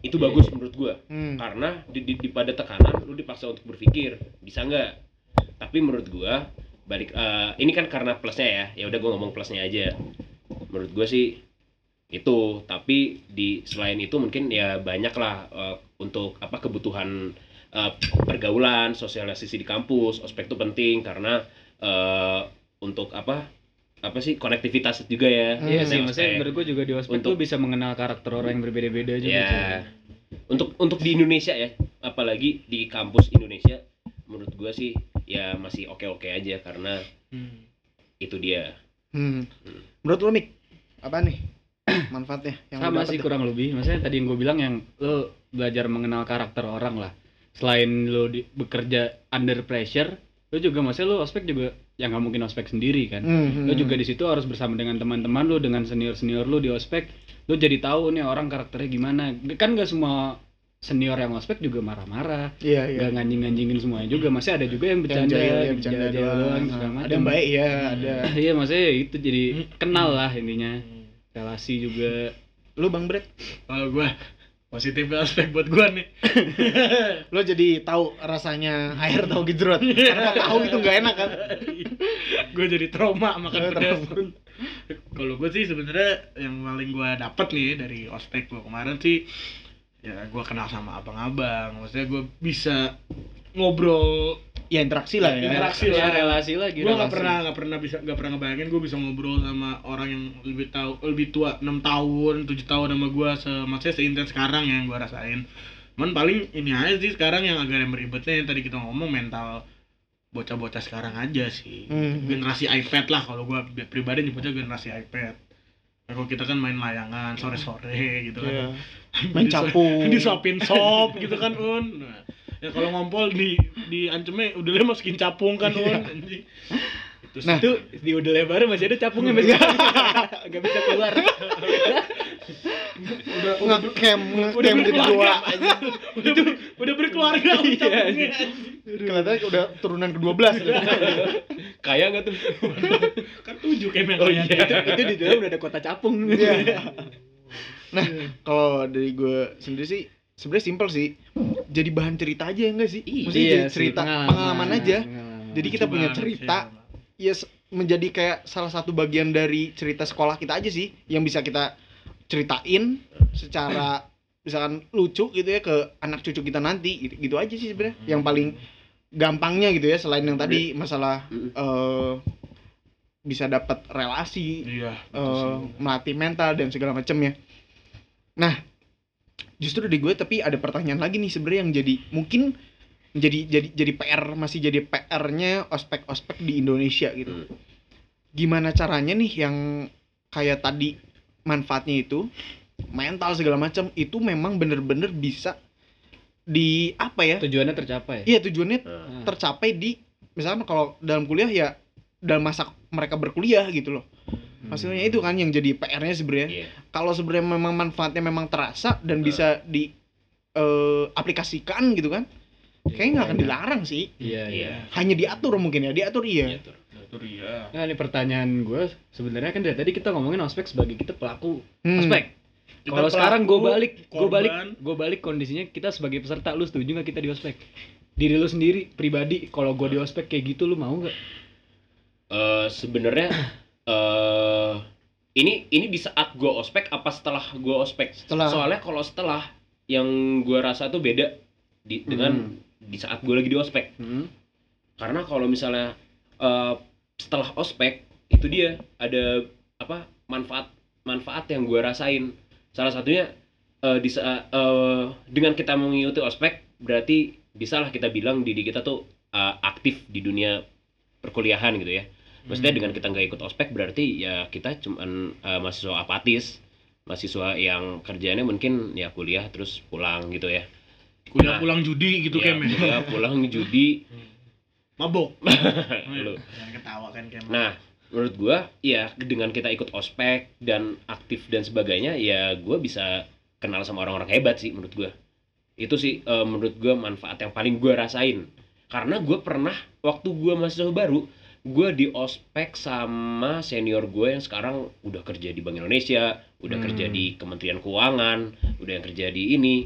[SPEAKER 4] itu bagus menurut gua
[SPEAKER 3] Hmm.
[SPEAKER 4] karena di, di, di pada tekanan lu dipaksa untuk berpikir bisa nggak tapi menurut gua balik eh, ini kan karena plusnya ya ya udah gua ngomong plusnya aja menurut gua sih itu tapi di selain itu mungkin ya banyak lah eh, untuk apa kebutuhan eh, pergaulan sosialisasi di kampus ospek itu penting karena eh, untuk apa apa sih konektivitas juga ya
[SPEAKER 1] Iya sih,
[SPEAKER 4] Biasanya
[SPEAKER 1] maksudnya
[SPEAKER 4] ospek.
[SPEAKER 1] menurut gue juga di ospek
[SPEAKER 4] Untuk-
[SPEAKER 1] tuh bisa mengenal karakter orang yang berbeda-beda gitu. juga.
[SPEAKER 4] Ya.
[SPEAKER 1] sih.
[SPEAKER 4] Untuk untuk di Indonesia ya, apalagi di kampus Indonesia, menurut gua sih ya masih oke-oke aja karena
[SPEAKER 2] Hmm.
[SPEAKER 4] itu dia.
[SPEAKER 3] Hmm. Menurut lo Mik, apa nih manfaatnya yang lo
[SPEAKER 1] sama
[SPEAKER 3] dapat
[SPEAKER 1] sih
[SPEAKER 3] dah?
[SPEAKER 1] kurang lebih maksudnya tadi yang gue bilang yang lo belajar mengenal karakter orang lah selain lo di, bekerja under pressure lo juga maksudnya lo ospek juga yang nggak mungkin ospek sendiri kan
[SPEAKER 3] Hmm, hmm,
[SPEAKER 1] lo juga di situ harus bersama dengan teman-teman lo dengan senior senior lo di ospek lo jadi tahu nih orang karakternya gimana kan nggak semua senior yang ospek juga marah-marah
[SPEAKER 3] Iya iya.
[SPEAKER 1] nggak nganjing-nganjingin semuanya juga masih ada juga yang
[SPEAKER 3] Yang
[SPEAKER 1] bercanda
[SPEAKER 3] jahil,
[SPEAKER 1] yang
[SPEAKER 3] yang bercanda
[SPEAKER 1] bercanda
[SPEAKER 3] doang.
[SPEAKER 1] doang
[SPEAKER 3] Ah,
[SPEAKER 1] segala
[SPEAKER 3] Ada
[SPEAKER 1] macam.
[SPEAKER 3] yang baik Hmm. ya, ada.
[SPEAKER 1] iya maksudnya ya itu jadi kenal lah intinya relasi juga
[SPEAKER 3] Lu Bang Bret?
[SPEAKER 2] Kalau gue positif aspek buat gua nih
[SPEAKER 3] lo jadi tahu rasanya air tahu gejrot tanpa tahu itu nggak enak kan
[SPEAKER 2] gue jadi trauma
[SPEAKER 3] Lo
[SPEAKER 2] makan pedas
[SPEAKER 3] tahu.
[SPEAKER 2] kalau gue sih sebenarnya yang paling gue dapet nih dari ospek gue kemarin sih ya gue kenal sama abang-abang maksudnya gue bisa ngobrol
[SPEAKER 3] ya interaksi lah ya
[SPEAKER 2] Interaksi
[SPEAKER 1] Ya,
[SPEAKER 2] lah.
[SPEAKER 1] relasi lagi.
[SPEAKER 2] gue nggak
[SPEAKER 1] relasi.
[SPEAKER 2] pernah nggak pernah bisa nggak pernah ngebayangin gue bisa ngobrol sama orang yang lebih tahu lebih tua 6 tahun 7 tahun sama gue se maksudnya seintens sekarang yang gue rasain cuman paling ini aja sih sekarang yang agak ribetnya yang tadi kita ngomong mental bocah-bocah sekarang aja sih
[SPEAKER 3] Mhm.
[SPEAKER 2] generasi iPad lah kalau gue pribadi nyebutnya generasi iPad Nah, kalau kita kan main layangan sore-sore gitu
[SPEAKER 3] Iya.
[SPEAKER 2] kan
[SPEAKER 3] Main
[SPEAKER 2] Disuap-
[SPEAKER 3] capung.
[SPEAKER 2] disuapin sop gitu kan un nah, ya kalau ngompol di di ancemnya udah masukin capung kan
[SPEAKER 1] Iya.
[SPEAKER 2] un anjing itu
[SPEAKER 3] Nah.
[SPEAKER 1] Itu di udelnya baru masih ada capungnya masih enggak bisa keluar.
[SPEAKER 2] udah udah ber-
[SPEAKER 3] ngekem
[SPEAKER 2] udah
[SPEAKER 3] ngekem di
[SPEAKER 2] berkeluarga
[SPEAKER 3] dua
[SPEAKER 2] aja udah ber- udah berkeluarga
[SPEAKER 1] Iya,
[SPEAKER 2] udah capungnya, anjing.
[SPEAKER 3] kelihatannya udah turunan ke 12
[SPEAKER 4] Kaya nggak tuh?
[SPEAKER 2] kan tujuh kan yang
[SPEAKER 1] Oh iya,
[SPEAKER 2] kayak
[SPEAKER 1] itu, itu di dalam udah ada kota capung.
[SPEAKER 3] Iya. nah kalau dari gue sendiri sih sebenarnya simpel sih jadi bahan cerita aja enggak Iya sih Maksudnya jadi cerita pengalaman, iya, aja jadi kita
[SPEAKER 2] Lucu
[SPEAKER 3] punya
[SPEAKER 2] banget
[SPEAKER 3] cerita
[SPEAKER 2] sih, emang.
[SPEAKER 3] ya se- menjadi kayak salah satu bagian dari cerita sekolah kita aja sih yang bisa kita ceritain secara misalkan lucu gitu ya ke anak cucu kita nanti gitu, gitu aja sih sebenarnya yang paling gampangnya gitu ya selain yang tadi masalah eh, bisa dapat relasi
[SPEAKER 2] iya betul sih.
[SPEAKER 3] eh, melatih mental dan segala macam ya. Nah, justru di gue tapi ada pertanyaan lagi nih sebenarnya yang jadi mungkin jadi jadi jadi PR masih jadi PR-nya ospek-ospek di Indonesia gitu.
[SPEAKER 4] Hmm.
[SPEAKER 3] Gimana caranya nih yang kayak tadi manfaatnya itu mental segala macam itu memang bener-bener bisa di apa ya?
[SPEAKER 1] Tujuannya tercapai.
[SPEAKER 3] Iya tujuannya
[SPEAKER 1] Nah,
[SPEAKER 3] tercapai di misalkan kalau dalam kuliah ya dalam masa mereka berkuliah gitu loh maksudnya itu kan yang jadi PR-nya sebenarnya
[SPEAKER 4] Iya.
[SPEAKER 3] kalau sebenarnya memang manfaatnya memang terasa dan bisa di eh, aplikasikan gitu kan kayaknya nggak akan dilarang sih
[SPEAKER 1] Iya, iya.
[SPEAKER 4] Iya.
[SPEAKER 3] hanya diatur mungkin ya diatur iya
[SPEAKER 4] Iya, Tur.
[SPEAKER 2] Betul, iya
[SPEAKER 1] Nah, ini pertanyaan gue sebenarnya kan dari tadi kita ngomongin ospek sebagai kita pelaku
[SPEAKER 3] Hmm.
[SPEAKER 1] ospek.
[SPEAKER 2] Kita
[SPEAKER 1] Kalau sekarang gue
[SPEAKER 2] pelaku,
[SPEAKER 1] balik, gue balik,
[SPEAKER 2] korban.
[SPEAKER 1] gue balik kondisinya kita sebagai peserta, lu setuju nggak kita di ospek? Diri lu sendiri pribadi, kalau gue di ospek kayak gitu lu mau nggak?
[SPEAKER 4] Eh, sebenarnya eh ini ini di saat gua ospek apa setelah gua ospek?
[SPEAKER 3] Setelah.
[SPEAKER 4] Soalnya kalau setelah yang gua rasa tuh beda di, dengan di saat gua lagi di ospek.
[SPEAKER 3] Hmm.
[SPEAKER 4] Karena kalau misalnya eh, setelah ospek itu dia ada apa manfaat manfaat yang gua rasain. Salah satunya eh, di saat eh, dengan kita mengikuti ospek berarti bisalah kita bilang diri kita tuh eh, aktif di dunia perkuliahan gitu ya. Maksudnya
[SPEAKER 2] Hmm.
[SPEAKER 4] dengan kita nggak ikut ospek berarti ya kita cuman eh, mahasiswa apatis, mahasiswa yang kerjanya mungkin ya kuliah terus pulang gitu ya.
[SPEAKER 2] kuliah
[SPEAKER 4] Nah.
[SPEAKER 2] pulang judi gitu
[SPEAKER 1] Iya.
[SPEAKER 4] Ya,
[SPEAKER 2] kan men
[SPEAKER 4] kuliah, pulang judi.
[SPEAKER 2] mabok Oh,
[SPEAKER 4] Lu.
[SPEAKER 2] jangan ketawa kan kayak
[SPEAKER 4] Nah, menurut gua ya dengan kita ikut ospek dan aktif dan sebagainya ya gua bisa kenal sama orang-orang hebat sih menurut gua. Itu sih eh, menurut gua manfaat yang paling gua rasain. Karena gua pernah waktu gua mahasiswa baru, gua di ospek sama senior gua yang sekarang udah kerja di Bank Indonesia, udah kerja di Kementerian Keuangan, udah yang kerja di ini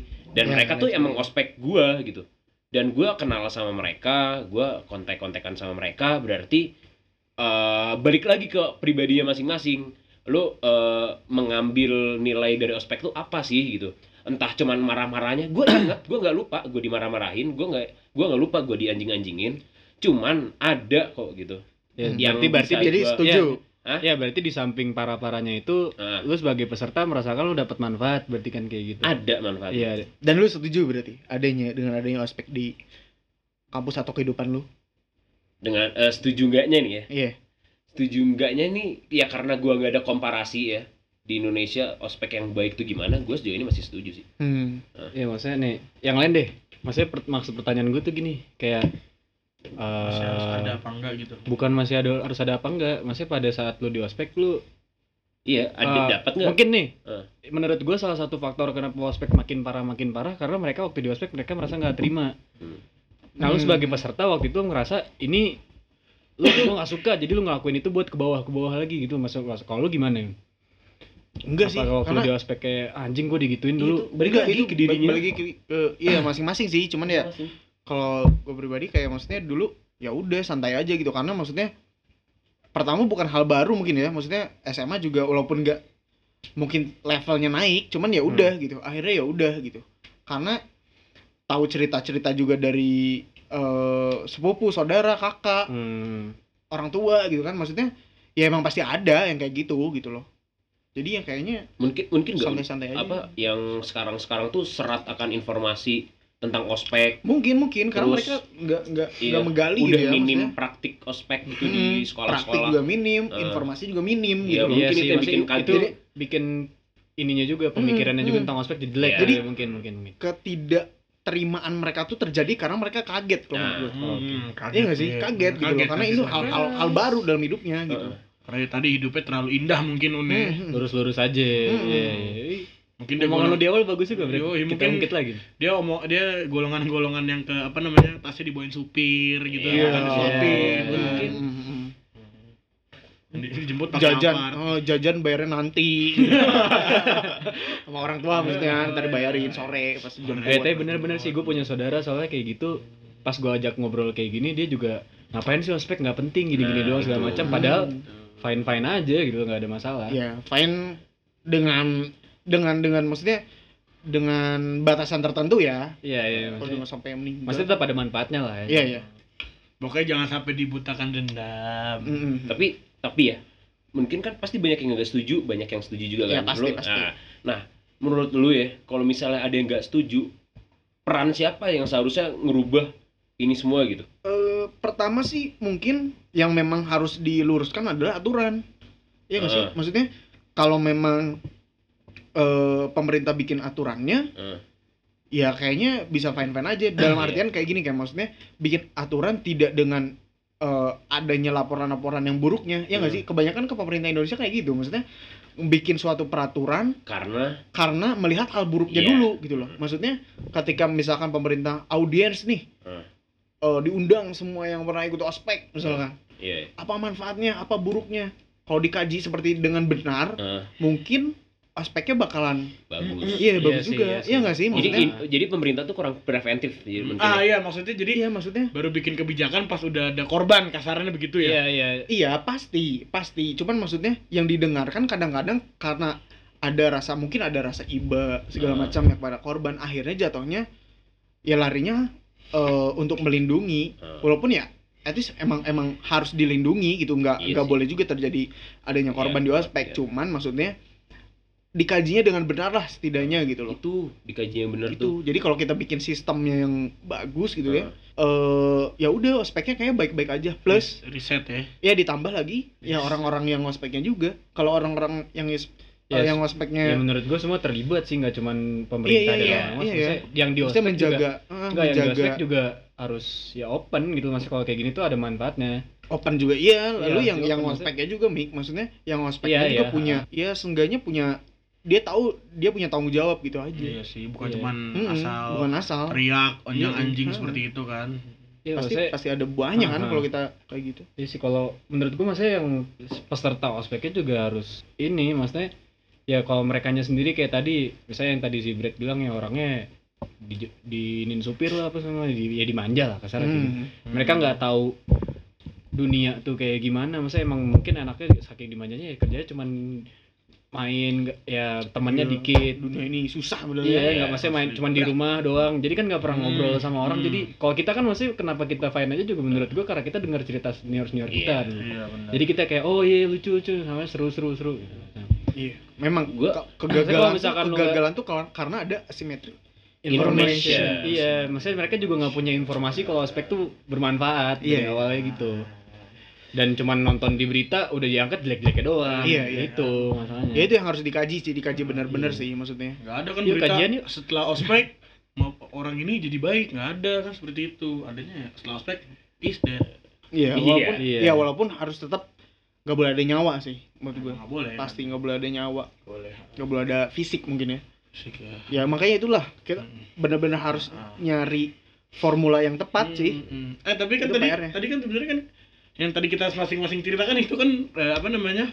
[SPEAKER 3] Ya,
[SPEAKER 4] dan mereka tuh
[SPEAKER 3] ngerti.
[SPEAKER 4] emang ospek gua gitu. Dan gua kenal sama mereka, gua kontak-kontakan sama mereka berarti eh, balik lagi ke pribadinya masing-masing lo eh, mengambil nilai dari ospek tuh apa sih gitu entah cuman marah-marahnya gue ingat gue nggak lupa gue dimarah-marahin gue nggak gue nggak lupa gue dianjing-anjingin cuman ada kok gitu
[SPEAKER 3] Hmm.
[SPEAKER 1] Ya,
[SPEAKER 4] Yang
[SPEAKER 1] berarti berarti
[SPEAKER 4] bisa
[SPEAKER 1] di-
[SPEAKER 3] jadi
[SPEAKER 4] gua-
[SPEAKER 3] setuju
[SPEAKER 1] ya berarti di samping para paranya itu
[SPEAKER 4] Ah.
[SPEAKER 1] lu sebagai peserta merasakan lu dapat manfaat berarti kan kayak gitu.
[SPEAKER 4] ada
[SPEAKER 1] Iya.
[SPEAKER 4] manfaatnya
[SPEAKER 3] dan lu setuju berarti adanya dengan adanya ospek di kampus atau kehidupan lu
[SPEAKER 4] dengan eh, setuju enggaknya nih ya
[SPEAKER 3] iya
[SPEAKER 4] setuju enggaknya nih ya karena gue nggak ada komparasi ya di Indonesia ospek yang baik tuh gimana gue sejauh ini masih setuju sih
[SPEAKER 3] hmm.
[SPEAKER 1] Ya maksudnya nih, yang lain deh. Maksudnya per- maksud pertanyaan gue tuh gini, kayak
[SPEAKER 2] masih harus
[SPEAKER 1] eh,
[SPEAKER 2] ada apa enggak gitu
[SPEAKER 1] bukan masih ada harus ada apa enggak? Maksudnya pada saat lu di ospek lu
[SPEAKER 4] iya ada
[SPEAKER 3] Ah,
[SPEAKER 1] Eh,
[SPEAKER 4] dapat nggak
[SPEAKER 1] Mungkin nih.
[SPEAKER 4] Eh.
[SPEAKER 1] Menurut gue salah satu faktor kenapa ospek makin parah makin parah karena mereka waktu di ospek mereka merasa nggak terima.
[SPEAKER 4] Hmm.
[SPEAKER 1] Nah lu
[SPEAKER 3] Hmm.
[SPEAKER 1] sebagai peserta waktu itu ngerasa ini lu lu nggak suka jadi lu ngelakuin itu buat ke bawah ke bawah lagi gitu masuk masuk. Kalau lu gimana? Yun?
[SPEAKER 3] enggak sih
[SPEAKER 1] Apa kalau
[SPEAKER 3] karena
[SPEAKER 1] di ospek kayak "Ah, anjing gue digituin
[SPEAKER 3] Iya, itu
[SPEAKER 1] dulu balik
[SPEAKER 3] enggak,
[SPEAKER 1] lagi
[SPEAKER 3] itu
[SPEAKER 1] ke dirinya
[SPEAKER 3] balik lagi ke, ke- iya masing-masing sih cuman ya kalau gue pribadi kayak maksudnya dulu ya udah santai aja gitu karena maksudnya pertama bukan hal baru mungkin ya maksudnya SMA juga walaupun nggak mungkin levelnya naik cuman ya udah
[SPEAKER 4] Hmm.
[SPEAKER 3] gitu akhirnya ya udah gitu karena tahu cerita-cerita juga dari eh, sepupu saudara kakak
[SPEAKER 1] Hmm.
[SPEAKER 3] orang tua gitu kan maksudnya ya emang pasti ada yang kayak gitu gitu loh jadi yang kayaknya
[SPEAKER 4] mungkin mungkin nggak
[SPEAKER 3] santai-santai aja
[SPEAKER 4] apa yang sekarang sekarang tuh serat akan informasi tentang ospek
[SPEAKER 3] mungkin mungkin karena
[SPEAKER 4] Terus,
[SPEAKER 3] mereka nggak nggak
[SPEAKER 4] iya,
[SPEAKER 3] nggak menggali
[SPEAKER 4] udah
[SPEAKER 3] gitu ya
[SPEAKER 4] minim
[SPEAKER 3] maksudnya.
[SPEAKER 4] praktik ospek gitu
[SPEAKER 3] Hmm,
[SPEAKER 4] di
[SPEAKER 3] praktik
[SPEAKER 4] sekolah-sekolah
[SPEAKER 3] juga minim
[SPEAKER 4] Eh.
[SPEAKER 3] informasi juga minim
[SPEAKER 4] Iya,
[SPEAKER 3] gitu loh.
[SPEAKER 4] mungkin
[SPEAKER 1] Iya
[SPEAKER 4] itu
[SPEAKER 1] sih,
[SPEAKER 4] yang
[SPEAKER 1] maksudnya
[SPEAKER 4] bikin kaget.
[SPEAKER 1] itu bikin ininya juga pemikirannya juga
[SPEAKER 3] hmm.
[SPEAKER 1] tentang ospek jadi jelek
[SPEAKER 4] Iya.
[SPEAKER 1] jadi
[SPEAKER 3] Jadi-
[SPEAKER 1] mungkin mungkin mungkin.
[SPEAKER 3] ketidakterimaan mereka tuh terjadi karena mereka kaget kalau
[SPEAKER 4] Nah.
[SPEAKER 3] menurut gue
[SPEAKER 2] Hmm, kaget.
[SPEAKER 3] Iya gak sih? Kaget gitu loh, karena itu hal, hal, hal baru dalam hidupnya gitu
[SPEAKER 4] Heeh.
[SPEAKER 2] Karena tadi hidupnya terlalu indah mungkin Une.
[SPEAKER 3] Hmm.
[SPEAKER 1] lurus-lurus aja.
[SPEAKER 3] Hmm.
[SPEAKER 1] Iya.
[SPEAKER 2] Mungkin
[SPEAKER 1] Ini
[SPEAKER 2] dia
[SPEAKER 1] Omongan lu
[SPEAKER 2] golongan,
[SPEAKER 1] di awal bagus juga, Bre.
[SPEAKER 2] Yoi,
[SPEAKER 1] Kita
[SPEAKER 2] mungkin-
[SPEAKER 1] ungkit lagi.
[SPEAKER 2] dia omong dia golongan-golongan yang ke apa namanya? Tasnya dibawain supir gitu.
[SPEAKER 4] Iya,
[SPEAKER 2] makan
[SPEAKER 3] iya,
[SPEAKER 2] supir.
[SPEAKER 4] iya.
[SPEAKER 2] Mungkin
[SPEAKER 3] Hmm, hmm, hmm.
[SPEAKER 2] Yang di- dijemput pakai
[SPEAKER 3] jajan
[SPEAKER 2] apart.
[SPEAKER 3] oh, jajan bayarnya nanti sama orang tua maksudnya ntar dibayarin sore pas jam
[SPEAKER 2] Sore.
[SPEAKER 1] Eh,
[SPEAKER 3] dua.
[SPEAKER 1] tapi bener-bener sih gue punya saudara soalnya kayak gitu pas gue ajak ngobrol kayak gini dia juga ngapain sih ospek nggak penting gini-gini
[SPEAKER 4] Nah,
[SPEAKER 1] doang segala
[SPEAKER 4] itu.
[SPEAKER 1] macam padahal
[SPEAKER 3] Hmm.
[SPEAKER 1] fine fine aja gitu nggak ada masalah
[SPEAKER 3] ya fine dengan dengan dengan maksudnya dengan batasan tertentu ya
[SPEAKER 1] iya iya
[SPEAKER 3] kalau
[SPEAKER 1] maksudnya,
[SPEAKER 3] nggak sampai meninggal
[SPEAKER 1] maksudnya tetap ada manfaatnya lah ya
[SPEAKER 3] iya iya
[SPEAKER 2] Pokoknya jangan sampai dibutakan dendam.
[SPEAKER 3] Mm-mm.
[SPEAKER 4] tapi tapi ya mungkin kan pasti banyak yang nggak setuju banyak yang setuju juga
[SPEAKER 3] Ya,
[SPEAKER 4] kan
[SPEAKER 3] pasti,
[SPEAKER 4] Menurut-
[SPEAKER 3] pasti.
[SPEAKER 4] Nah, nah menurut lu ya kalau misalnya ada yang nggak setuju peran siapa yang seharusnya ngerubah ini semua gitu
[SPEAKER 3] Eh, pertama sih mungkin yang memang harus diluruskan adalah aturan Iya nggak sih
[SPEAKER 4] Heeh.
[SPEAKER 3] maksudnya kalau memang eh, pemerintah bikin aturannya
[SPEAKER 4] Heeh.
[SPEAKER 3] ya kayaknya bisa fine fine aja dalam
[SPEAKER 4] Iya.
[SPEAKER 3] artian kayak gini kayak maksudnya bikin aturan tidak dengan eh, adanya laporan-laporan yang buruknya ya nggak
[SPEAKER 4] Hmm.
[SPEAKER 3] sih kebanyakan ke pemerintah Indonesia kayak gitu maksudnya bikin suatu peraturan
[SPEAKER 4] karena
[SPEAKER 3] karena melihat hal buruknya
[SPEAKER 4] Iya.
[SPEAKER 3] dulu gitu loh. Maksudnya ketika misalkan pemerintah audiens nih
[SPEAKER 4] Hmm.
[SPEAKER 3] eh, diundang semua yang pernah ikut ospek misalkan,
[SPEAKER 4] ya
[SPEAKER 3] apa manfaatnya, apa buruknya? Kalau dikaji seperti dengan benar,
[SPEAKER 4] eh,
[SPEAKER 3] mungkin ospeknya bakalan
[SPEAKER 4] bagus
[SPEAKER 3] iya
[SPEAKER 1] Iya
[SPEAKER 3] bagus
[SPEAKER 1] sih,
[SPEAKER 3] juga.
[SPEAKER 1] iya sih.
[SPEAKER 3] Iya nggak sih
[SPEAKER 4] jadi
[SPEAKER 3] maksudnya?
[SPEAKER 4] in- jadi pemerintah tuh kurang preventif ya, mungkin
[SPEAKER 2] Ah
[SPEAKER 4] ya.
[SPEAKER 2] iya, maksudnya jadi
[SPEAKER 3] Hmm. Iya maksudnya.
[SPEAKER 2] baru bikin kebijakan pas udah ada korban kasarnya begitu
[SPEAKER 1] iya
[SPEAKER 2] ya.
[SPEAKER 1] iya
[SPEAKER 3] Iya pasti pasti. Cuman maksudnya yang didengarkan kadang-kadang karena ada rasa mungkin ada rasa iba segala
[SPEAKER 4] Hmm.
[SPEAKER 3] macam ya kepada korban akhirnya jatuhnya ya larinya eh, untuk melindungi
[SPEAKER 4] Eh,
[SPEAKER 3] walaupun ya at least emang emang harus dilindungi gitu nggak
[SPEAKER 4] Iya
[SPEAKER 3] nggak
[SPEAKER 4] sih.
[SPEAKER 3] boleh juga terjadi adanya korban
[SPEAKER 4] Iya,
[SPEAKER 3] di ospek
[SPEAKER 4] iya.
[SPEAKER 3] cuman maksudnya dikajinya dengan benar lah setidaknya gitu loh
[SPEAKER 4] itu dikaji yang benar tuh
[SPEAKER 3] itu jadi kalau kita bikin sistemnya yang bagus gitu ya
[SPEAKER 4] Eh,
[SPEAKER 3] eh ya udah ospeknya kayak baik-baik aja plus
[SPEAKER 2] riset ya.
[SPEAKER 3] ya ditambah lagi ya
[SPEAKER 2] Yes.
[SPEAKER 3] orang-orang yang ospeknya juga kalau orang-orang yang is- eh,
[SPEAKER 1] Yes.
[SPEAKER 3] yang
[SPEAKER 1] ya
[SPEAKER 3] ospeknya
[SPEAKER 1] menurut gue semua terlibat sih nggak cuman pemerintah
[SPEAKER 3] Iya, iya, iya,
[SPEAKER 1] dan orang-orang
[SPEAKER 3] iya,
[SPEAKER 1] Maksudnya yang di
[SPEAKER 3] mesti
[SPEAKER 1] ospek juga
[SPEAKER 3] menjaga
[SPEAKER 1] Enggak,
[SPEAKER 3] eh,
[SPEAKER 1] yang di
[SPEAKER 3] menjaga
[SPEAKER 1] ospek juga harus ya open gitu maksudnya kalau kayak gini tuh ada manfaatnya
[SPEAKER 3] open juga iya lalu
[SPEAKER 1] Iya,
[SPEAKER 3] yang
[SPEAKER 1] si
[SPEAKER 3] yang
[SPEAKER 1] open
[SPEAKER 3] ospeknya juga mik maksudnya yang
[SPEAKER 1] Iya,
[SPEAKER 3] ospeknya juga
[SPEAKER 1] iya.
[SPEAKER 3] punya ya seenggaknya punya dia tahu dia punya tanggung jawab gitu aja
[SPEAKER 2] Iya sih, bukan
[SPEAKER 1] Iya.
[SPEAKER 2] cuman
[SPEAKER 3] Mm-mm,
[SPEAKER 2] asal
[SPEAKER 3] Hmm, bukan asal
[SPEAKER 2] teriak onjang
[SPEAKER 3] Iya,
[SPEAKER 2] anjing
[SPEAKER 3] iya.
[SPEAKER 2] seperti itu kan.
[SPEAKER 1] ya,
[SPEAKER 3] pasti
[SPEAKER 1] maksudnya-
[SPEAKER 3] pasti ada buahnya kan
[SPEAKER 1] Aha.
[SPEAKER 3] kalau kita kayak gitu
[SPEAKER 1] Iya sih kalau menurut gua maksudnya yang peserta ospeknya juga harus ini maksudnya ya kalau merekanya sendiri kayak tadi misalnya yang tadi si Brad bilang ya orangnya di, diinin supir lah apa semua di, ya dimanja lah kasar gitu.
[SPEAKER 3] Hmm.
[SPEAKER 1] Mereka nggak tahu dunia tuh kayak gimana maksudnya emang mungkin anaknya saking dimanjanya ya kerjanya cuman main nggak- ya temannya
[SPEAKER 3] Iya,
[SPEAKER 1] dikit
[SPEAKER 3] dunia ini susah bener
[SPEAKER 1] Iya,
[SPEAKER 3] ya
[SPEAKER 1] nggak maksudnya main
[SPEAKER 2] asli.
[SPEAKER 1] cuman di rumah doang. Jadi kan nggak pernah
[SPEAKER 2] Hmm,
[SPEAKER 1] ngobrol sama orang.
[SPEAKER 2] hmm.
[SPEAKER 1] Jadi kalau kita kan maksudnya kenapa kita fine aja juga menurut gua karena kita dengar cerita senior senior kita.
[SPEAKER 4] Iya,
[SPEAKER 1] dulu.
[SPEAKER 2] Iya benar.
[SPEAKER 1] Jadi kita kayak oh iya lucu lucu sama seru seru seru. gitu.
[SPEAKER 3] Iya. memang
[SPEAKER 4] Gua-
[SPEAKER 3] ke-
[SPEAKER 1] Maksudnya
[SPEAKER 3] kegagalan
[SPEAKER 1] kalau misalkan
[SPEAKER 3] tuh,
[SPEAKER 1] lu
[SPEAKER 3] kegagalan tuh kar- karena ada asimetri
[SPEAKER 4] Information.
[SPEAKER 1] Iya, maksudnya mereka juga nggak punya informasi kalau aspek tuh bermanfaat dari
[SPEAKER 3] Iya.
[SPEAKER 1] awalnya gitu. Dan cuman nonton di berita udah diangkat jelek-jeleknya doang.
[SPEAKER 3] Iya, iya.
[SPEAKER 1] Itu masalahnya.
[SPEAKER 3] ya itu yang harus dikaji sih dikaji benar-benar
[SPEAKER 1] Iya.
[SPEAKER 3] sih maksudnya
[SPEAKER 2] Gak ada kan
[SPEAKER 1] Yuk,
[SPEAKER 2] berita
[SPEAKER 1] kajian yuk.
[SPEAKER 2] setelah ospek mau- orang ini jadi baik nggak ada kan seperti itu adanya ya setelah ospek is dead
[SPEAKER 3] iya
[SPEAKER 4] Iya,
[SPEAKER 3] walaupun
[SPEAKER 1] iya.
[SPEAKER 3] ya walaupun harus tetap nggak boleh ada nyawa sih menurut gue
[SPEAKER 2] nggak boleh kan?
[SPEAKER 3] pasti nggak boleh ada nyawa
[SPEAKER 2] Nggak boleh
[SPEAKER 3] nggak boleh ada fisik mungkin ya
[SPEAKER 2] Fisik ya.
[SPEAKER 3] ya makanya itulah kita
[SPEAKER 2] Hmm.
[SPEAKER 3] benar-benar harus
[SPEAKER 2] Ah.
[SPEAKER 3] nyari formula yang tepat sih
[SPEAKER 2] Mm, mm. eh tapi kan
[SPEAKER 3] Itu
[SPEAKER 2] tadi
[SPEAKER 3] PR-nya.
[SPEAKER 2] tadi kan sebenarnya kan yang tadi kita masing-masing ceritakan itu kan eh, apa namanya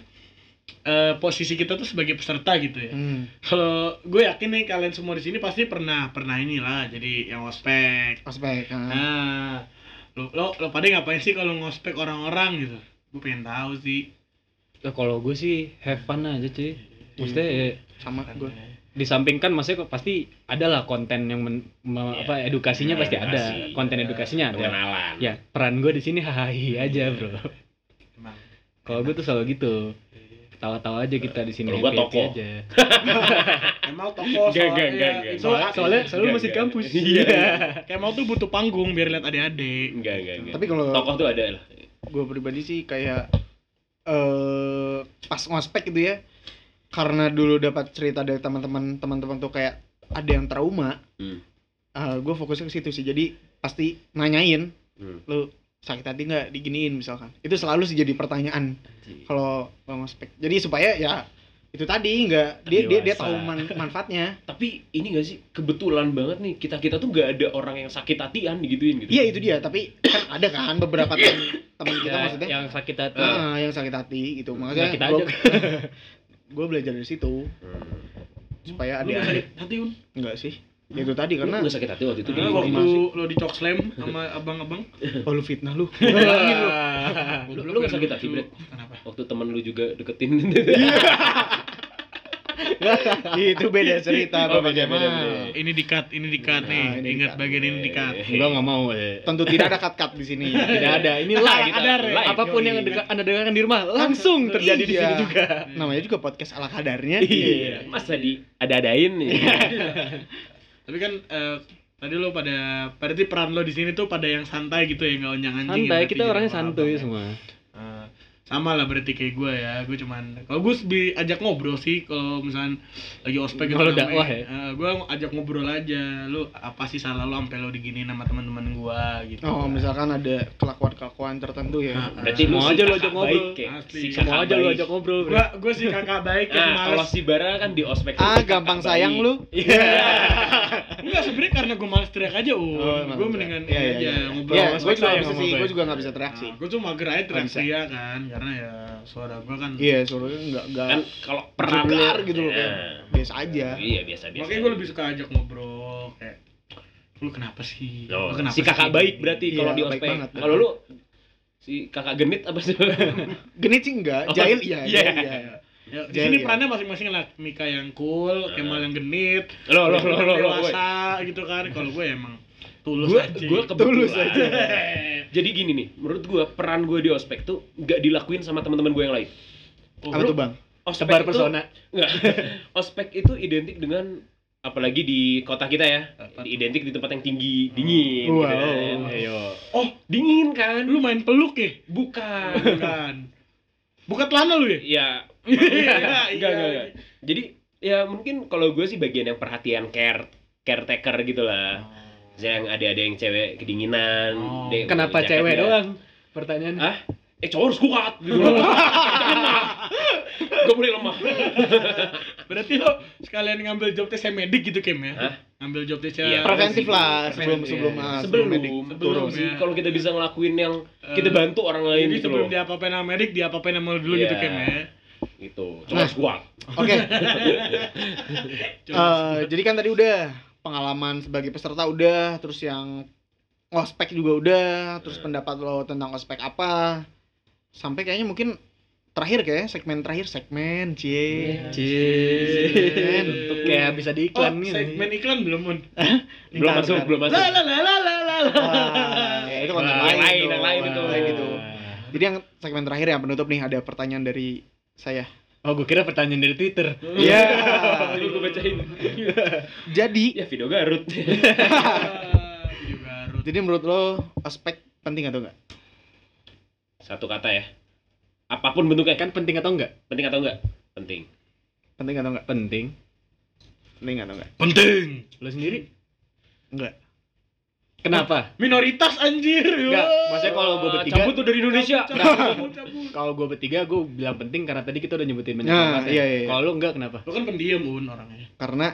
[SPEAKER 2] eh, posisi kita tuh sebagai peserta gitu ya.
[SPEAKER 3] Hmm.
[SPEAKER 2] Kalau gue yakin nih kalian semua di sini pasti pernah pernah inilah jadi yang ospek.
[SPEAKER 3] Ospek. ah.
[SPEAKER 2] Nah, lo lo, lo pada ngapain sih kalau ngospek orang-orang gitu? Gue pengen tahu sih.
[SPEAKER 1] Lah, kalau gue sih have fun aja cuy maksudnya ya,
[SPEAKER 3] sama gue.
[SPEAKER 2] Eh,
[SPEAKER 1] di samping kan maksudnya kok pasti ada lah konten yang men- me-
[SPEAKER 4] Iya.
[SPEAKER 1] apa edukasinya pasti ada
[SPEAKER 4] Edukasi.
[SPEAKER 1] konten edukasinya ada
[SPEAKER 4] pengenalan
[SPEAKER 1] ya peran gue di sini hahaha aja bro
[SPEAKER 2] Emang.
[SPEAKER 1] kalau gue tuh selalu gitu tawa-tawa aja kita di sini
[SPEAKER 4] Kalau gua
[SPEAKER 1] happy-happy
[SPEAKER 4] tokoh.
[SPEAKER 1] aja
[SPEAKER 2] Kemal toko
[SPEAKER 4] Gak,
[SPEAKER 2] soalnya Iya.
[SPEAKER 4] gak, gak, gak.
[SPEAKER 2] itu
[SPEAKER 1] soalnya soalnya, soalnya
[SPEAKER 4] Enggak,
[SPEAKER 1] masih
[SPEAKER 4] enggak.
[SPEAKER 1] kampus
[SPEAKER 4] Iya.
[SPEAKER 2] Kemal tuh butuh panggung biar lihat adik-adik.
[SPEAKER 4] enggak enggak enggak
[SPEAKER 3] Tapi kalau-
[SPEAKER 4] tokoh tuh ada lah
[SPEAKER 3] gue pribadi sih kayak eh pas ngospek gitu ya karena dulu dapat cerita dari teman-teman teman-teman tuh kayak ada yang trauma
[SPEAKER 4] Hmm.
[SPEAKER 3] gue fokusnya ke situ sih jadi pasti nanyain
[SPEAKER 4] Hmm.
[SPEAKER 3] lu sakit hati nggak diginiin misalkan itu selalu sih jadi pertanyaan kalau gua ngospek jadi supaya ya itu tadi nggak dia dia dia
[SPEAKER 1] Dewasa.
[SPEAKER 3] tahu man- manfaatnya
[SPEAKER 4] tapi ini gak sih kebetulan banget nih kita kita tuh gak ada orang yang sakit hatian digituin gitu
[SPEAKER 3] iya itu dia tapi kan ada kan beberapa teman teman kita
[SPEAKER 1] Ya,
[SPEAKER 3] maksudnya
[SPEAKER 1] yang sakit hati
[SPEAKER 3] Ah, yang sakit hati gitu makanya
[SPEAKER 1] Sakit
[SPEAKER 3] gua- gue belajar dari situ
[SPEAKER 4] Hmm.
[SPEAKER 3] supaya
[SPEAKER 2] Lu nggak
[SPEAKER 3] ada
[SPEAKER 2] sakit hati un.
[SPEAKER 3] enggak sih Ya itu tadi
[SPEAKER 4] Lu
[SPEAKER 3] karena
[SPEAKER 4] nggak sakit hati waktu itu
[SPEAKER 2] Karena
[SPEAKER 4] dulu
[SPEAKER 2] waktu lo di cok slam sama abang-abang.
[SPEAKER 3] oh lu fitnah lu
[SPEAKER 4] Lu- lu nggak sakit hati, Brad?
[SPEAKER 2] Kenapa?
[SPEAKER 4] waktu temen lu juga deketin
[SPEAKER 3] itu beda cerita
[SPEAKER 4] Oh,
[SPEAKER 3] Bapak
[SPEAKER 4] beda,
[SPEAKER 3] Jamal.
[SPEAKER 4] beda, beda.
[SPEAKER 2] Eh, Ini dikat, ini dikat
[SPEAKER 3] Nah,
[SPEAKER 2] nih.
[SPEAKER 3] ini
[SPEAKER 2] Ingat
[SPEAKER 3] di-cut.
[SPEAKER 2] bagian ini dikat.
[SPEAKER 4] Iya,
[SPEAKER 1] gua nggak mau eh.
[SPEAKER 3] tentu tidak ada cut-cut di sini
[SPEAKER 1] tidak ada ini live kita
[SPEAKER 2] Ada, Re.
[SPEAKER 1] live. apapun yang
[SPEAKER 2] Yoi.
[SPEAKER 1] deka- anda dengarkan di rumah langsung terjadi di
[SPEAKER 3] Iya.
[SPEAKER 1] sini juga
[SPEAKER 3] namanya juga podcast ala kadarnya
[SPEAKER 1] Iya.
[SPEAKER 4] masa di ada adain nih
[SPEAKER 2] Tapi kan eh, tadi lo pada berarti peran lo di sini tuh pada yang santai gitu ya, nggak onjang-anjing.
[SPEAKER 1] santai
[SPEAKER 2] ya,
[SPEAKER 1] kita
[SPEAKER 2] berarti
[SPEAKER 1] orangnya
[SPEAKER 2] jadi
[SPEAKER 1] santuy
[SPEAKER 2] orang-orang.
[SPEAKER 1] semua
[SPEAKER 2] Eh, sama lah berarti kayak gue ya, gue cuman kalau gue diajak ngobrol sih kalau misalnya lagi ospek
[SPEAKER 1] Kalau
[SPEAKER 2] namanya.
[SPEAKER 1] dakwah ya?
[SPEAKER 2] Eh, gue ajak ngobrol aja. Lu apa sih salah lo sampai lo diginiin sama teman-teman gua gitu. nah,
[SPEAKER 3] oh misalkan ada kelakuan-kelakuan
[SPEAKER 2] Ah.
[SPEAKER 3] tertentu ya
[SPEAKER 4] berarti lu
[SPEAKER 1] Mau
[SPEAKER 4] si
[SPEAKER 1] aja lu
[SPEAKER 4] kakak
[SPEAKER 1] ajak ngobrol.
[SPEAKER 4] baik, kayak
[SPEAKER 2] Asli.
[SPEAKER 4] si
[SPEAKER 1] mau
[SPEAKER 4] kakak
[SPEAKER 1] aja lu
[SPEAKER 4] baik.
[SPEAKER 1] ajak ngobrol bro.
[SPEAKER 2] Gua gue sih kakak baik yang
[SPEAKER 4] Nah, kalau
[SPEAKER 2] males
[SPEAKER 4] si Bara kan di
[SPEAKER 3] ah
[SPEAKER 4] ospek si kakak
[SPEAKER 3] gampang sayang
[SPEAKER 4] baik.
[SPEAKER 3] lu Iya.
[SPEAKER 2] Enggak sebenarnya karena gue males teriak aja, Un.
[SPEAKER 3] Oh, emang
[SPEAKER 2] gue
[SPEAKER 3] bener.
[SPEAKER 2] mendingan
[SPEAKER 3] Iya,
[SPEAKER 2] ini
[SPEAKER 3] iya,
[SPEAKER 2] aja
[SPEAKER 3] iya.
[SPEAKER 2] ngobrol.
[SPEAKER 3] Iya,
[SPEAKER 2] sama
[SPEAKER 3] gue juga
[SPEAKER 2] saya.
[SPEAKER 3] nggak bisa sih, gue juga nggak bisa teriak sih.
[SPEAKER 2] Nah, gue tuh mager aja teriak
[SPEAKER 3] bisa.
[SPEAKER 2] teriak kan, karena ya suara gue kan.
[SPEAKER 3] Iya, soalnya nggak nggak
[SPEAKER 4] kan kalau peran lu-
[SPEAKER 3] Jukar gitu loh,
[SPEAKER 2] Iya.
[SPEAKER 3] kayak.
[SPEAKER 4] Nah.
[SPEAKER 3] biasa aja.
[SPEAKER 4] iya biasa biasa
[SPEAKER 2] Makanya gue lebih suka ajak ngobrol kayak lu kenapa sih?
[SPEAKER 4] Oh,
[SPEAKER 2] Lu kenapa
[SPEAKER 4] si kakak
[SPEAKER 2] sih?"
[SPEAKER 4] baik berarti
[SPEAKER 3] Iya,
[SPEAKER 4] kalau di
[SPEAKER 3] baik
[SPEAKER 4] ospek
[SPEAKER 3] banget.
[SPEAKER 4] kalau lu si kakak genit apa sih
[SPEAKER 3] Genit sih enggak,
[SPEAKER 4] Oh,
[SPEAKER 3] jahil iya,
[SPEAKER 4] iya.
[SPEAKER 3] jahil iya.
[SPEAKER 2] Ya, di
[SPEAKER 3] Jadi
[SPEAKER 2] sini
[SPEAKER 3] ya.
[SPEAKER 2] perannya masing-masing lah. Mika yang cool, Kemal yang genit,
[SPEAKER 4] Iya. lo lo lo lo lo gue
[SPEAKER 2] dewasa gitu kan. Kalau gue emang tulus
[SPEAKER 4] gue
[SPEAKER 2] aja.
[SPEAKER 4] gue
[SPEAKER 3] Tulus
[SPEAKER 4] kebetulan
[SPEAKER 3] aja.
[SPEAKER 4] jadi gini nih menurut gue peran gue di ospek tuh nggak dilakuin sama teman-teman gue yang lain
[SPEAKER 2] Oh,
[SPEAKER 3] Apa
[SPEAKER 2] lu-
[SPEAKER 3] tuh, Bang?
[SPEAKER 4] ospek
[SPEAKER 1] sebar
[SPEAKER 4] itu-
[SPEAKER 1] persona
[SPEAKER 4] Nggak. ospek itu identik dengan apalagi di kota kita ya
[SPEAKER 2] Apa tuh?
[SPEAKER 4] identik di tempat yang tinggi dingin
[SPEAKER 3] Wow.
[SPEAKER 4] kan.
[SPEAKER 1] ayo
[SPEAKER 2] Oh,
[SPEAKER 4] dingin kan
[SPEAKER 2] lu main peluk ya?
[SPEAKER 4] bukan
[SPEAKER 2] Bukan. Buka celana lu ya?
[SPEAKER 4] ya
[SPEAKER 2] Iya,
[SPEAKER 4] enggak
[SPEAKER 2] iya.
[SPEAKER 4] enggak enggak. jadi ya mungkin kalau gue sih bagian yang perhatian care caretaker gitu
[SPEAKER 3] Oh.
[SPEAKER 4] lah Misalnya yang ada ada yang cewek kedinginan
[SPEAKER 2] Oh.
[SPEAKER 4] dia-
[SPEAKER 1] kenapa
[SPEAKER 4] jaketnya-
[SPEAKER 1] cewek doang pertanyaan
[SPEAKER 4] ah eh cowok harus kuat gitu gak boleh lemah
[SPEAKER 2] Berarti lo sekalian ngambil job tes medik gitu Kim ya?
[SPEAKER 4] Hah?
[SPEAKER 2] Ngambil job tes
[SPEAKER 4] Iya.
[SPEAKER 3] Preventif lah sebelum
[SPEAKER 2] Preventif,
[SPEAKER 3] sebelum
[SPEAKER 2] iya.
[SPEAKER 3] ah,
[SPEAKER 4] sebelum
[SPEAKER 3] medik
[SPEAKER 4] sebelum
[SPEAKER 3] turun.
[SPEAKER 4] sih kalau kita bisa ngelakuin yang
[SPEAKER 2] Eh,
[SPEAKER 4] kita bantu orang lain
[SPEAKER 2] Jadi
[SPEAKER 4] gitu
[SPEAKER 2] sebelum
[SPEAKER 4] loh
[SPEAKER 2] dia apa-apain sama medik, dia apa-apain sama lo dulu
[SPEAKER 4] Iya.
[SPEAKER 2] gitu Kim ya?
[SPEAKER 4] gitu cowok
[SPEAKER 3] Nah.
[SPEAKER 4] harus kuat
[SPEAKER 3] Oke,
[SPEAKER 2] Coba.
[SPEAKER 3] eh, jadi kan tadi udah pengalaman sebagai peserta udah, terus yang ospek juga udah,
[SPEAKER 2] Iya.
[SPEAKER 3] terus pendapat lo tentang ospek apa, sampai kayaknya mungkin terakhir kayak segmen terakhir segmen
[SPEAKER 2] Iya.
[SPEAKER 3] cie
[SPEAKER 1] Cie.
[SPEAKER 2] Untuk-
[SPEAKER 1] kayak bisa di
[SPEAKER 2] Oh,
[SPEAKER 1] iklan
[SPEAKER 2] segmen
[SPEAKER 1] gitu
[SPEAKER 2] iklan belum mun.
[SPEAKER 4] belum
[SPEAKER 3] Ntar,
[SPEAKER 4] masuk
[SPEAKER 3] ntar.
[SPEAKER 4] belum masuk
[SPEAKER 2] La la la la la la la.
[SPEAKER 3] Wah, ya, itu konten
[SPEAKER 1] Wah,
[SPEAKER 3] lain,
[SPEAKER 4] lain,
[SPEAKER 3] dong.
[SPEAKER 4] Nah, yang lain itu.
[SPEAKER 3] Konten gitu. Jadi yang segmen terakhir yang penutup nih ada pertanyaan dari saya.
[SPEAKER 1] oh gue kira pertanyaan dari twitter
[SPEAKER 3] Iya.
[SPEAKER 4] Ini gue bacain
[SPEAKER 3] Jadi,
[SPEAKER 4] ya video Garut
[SPEAKER 2] Video Garut.
[SPEAKER 3] jadi menurut lo ospek penting atau enggak?
[SPEAKER 4] satu kata ya apapun bentuknya
[SPEAKER 1] kan penting atau enggak
[SPEAKER 4] penting atau enggak penting
[SPEAKER 3] Penting atau enggak?
[SPEAKER 1] penting
[SPEAKER 3] Penting atau enggak?
[SPEAKER 2] Penting.
[SPEAKER 1] lo sendiri
[SPEAKER 3] Enggak.
[SPEAKER 1] kenapa
[SPEAKER 2] Minoritas anjir.
[SPEAKER 1] enggak maksudnya kalau gue bertiga
[SPEAKER 4] cabut tuh dari Indonesia
[SPEAKER 2] cabut, cabut.
[SPEAKER 1] kalau gue bertiga gue bilang penting karena tadi kita udah nyebutin banyak
[SPEAKER 3] Nah,
[SPEAKER 1] tempat ya.
[SPEAKER 3] iya, iya, iya.
[SPEAKER 1] kalau lo enggak kenapa
[SPEAKER 2] Lo kan pendiam Un orangnya.
[SPEAKER 3] Karena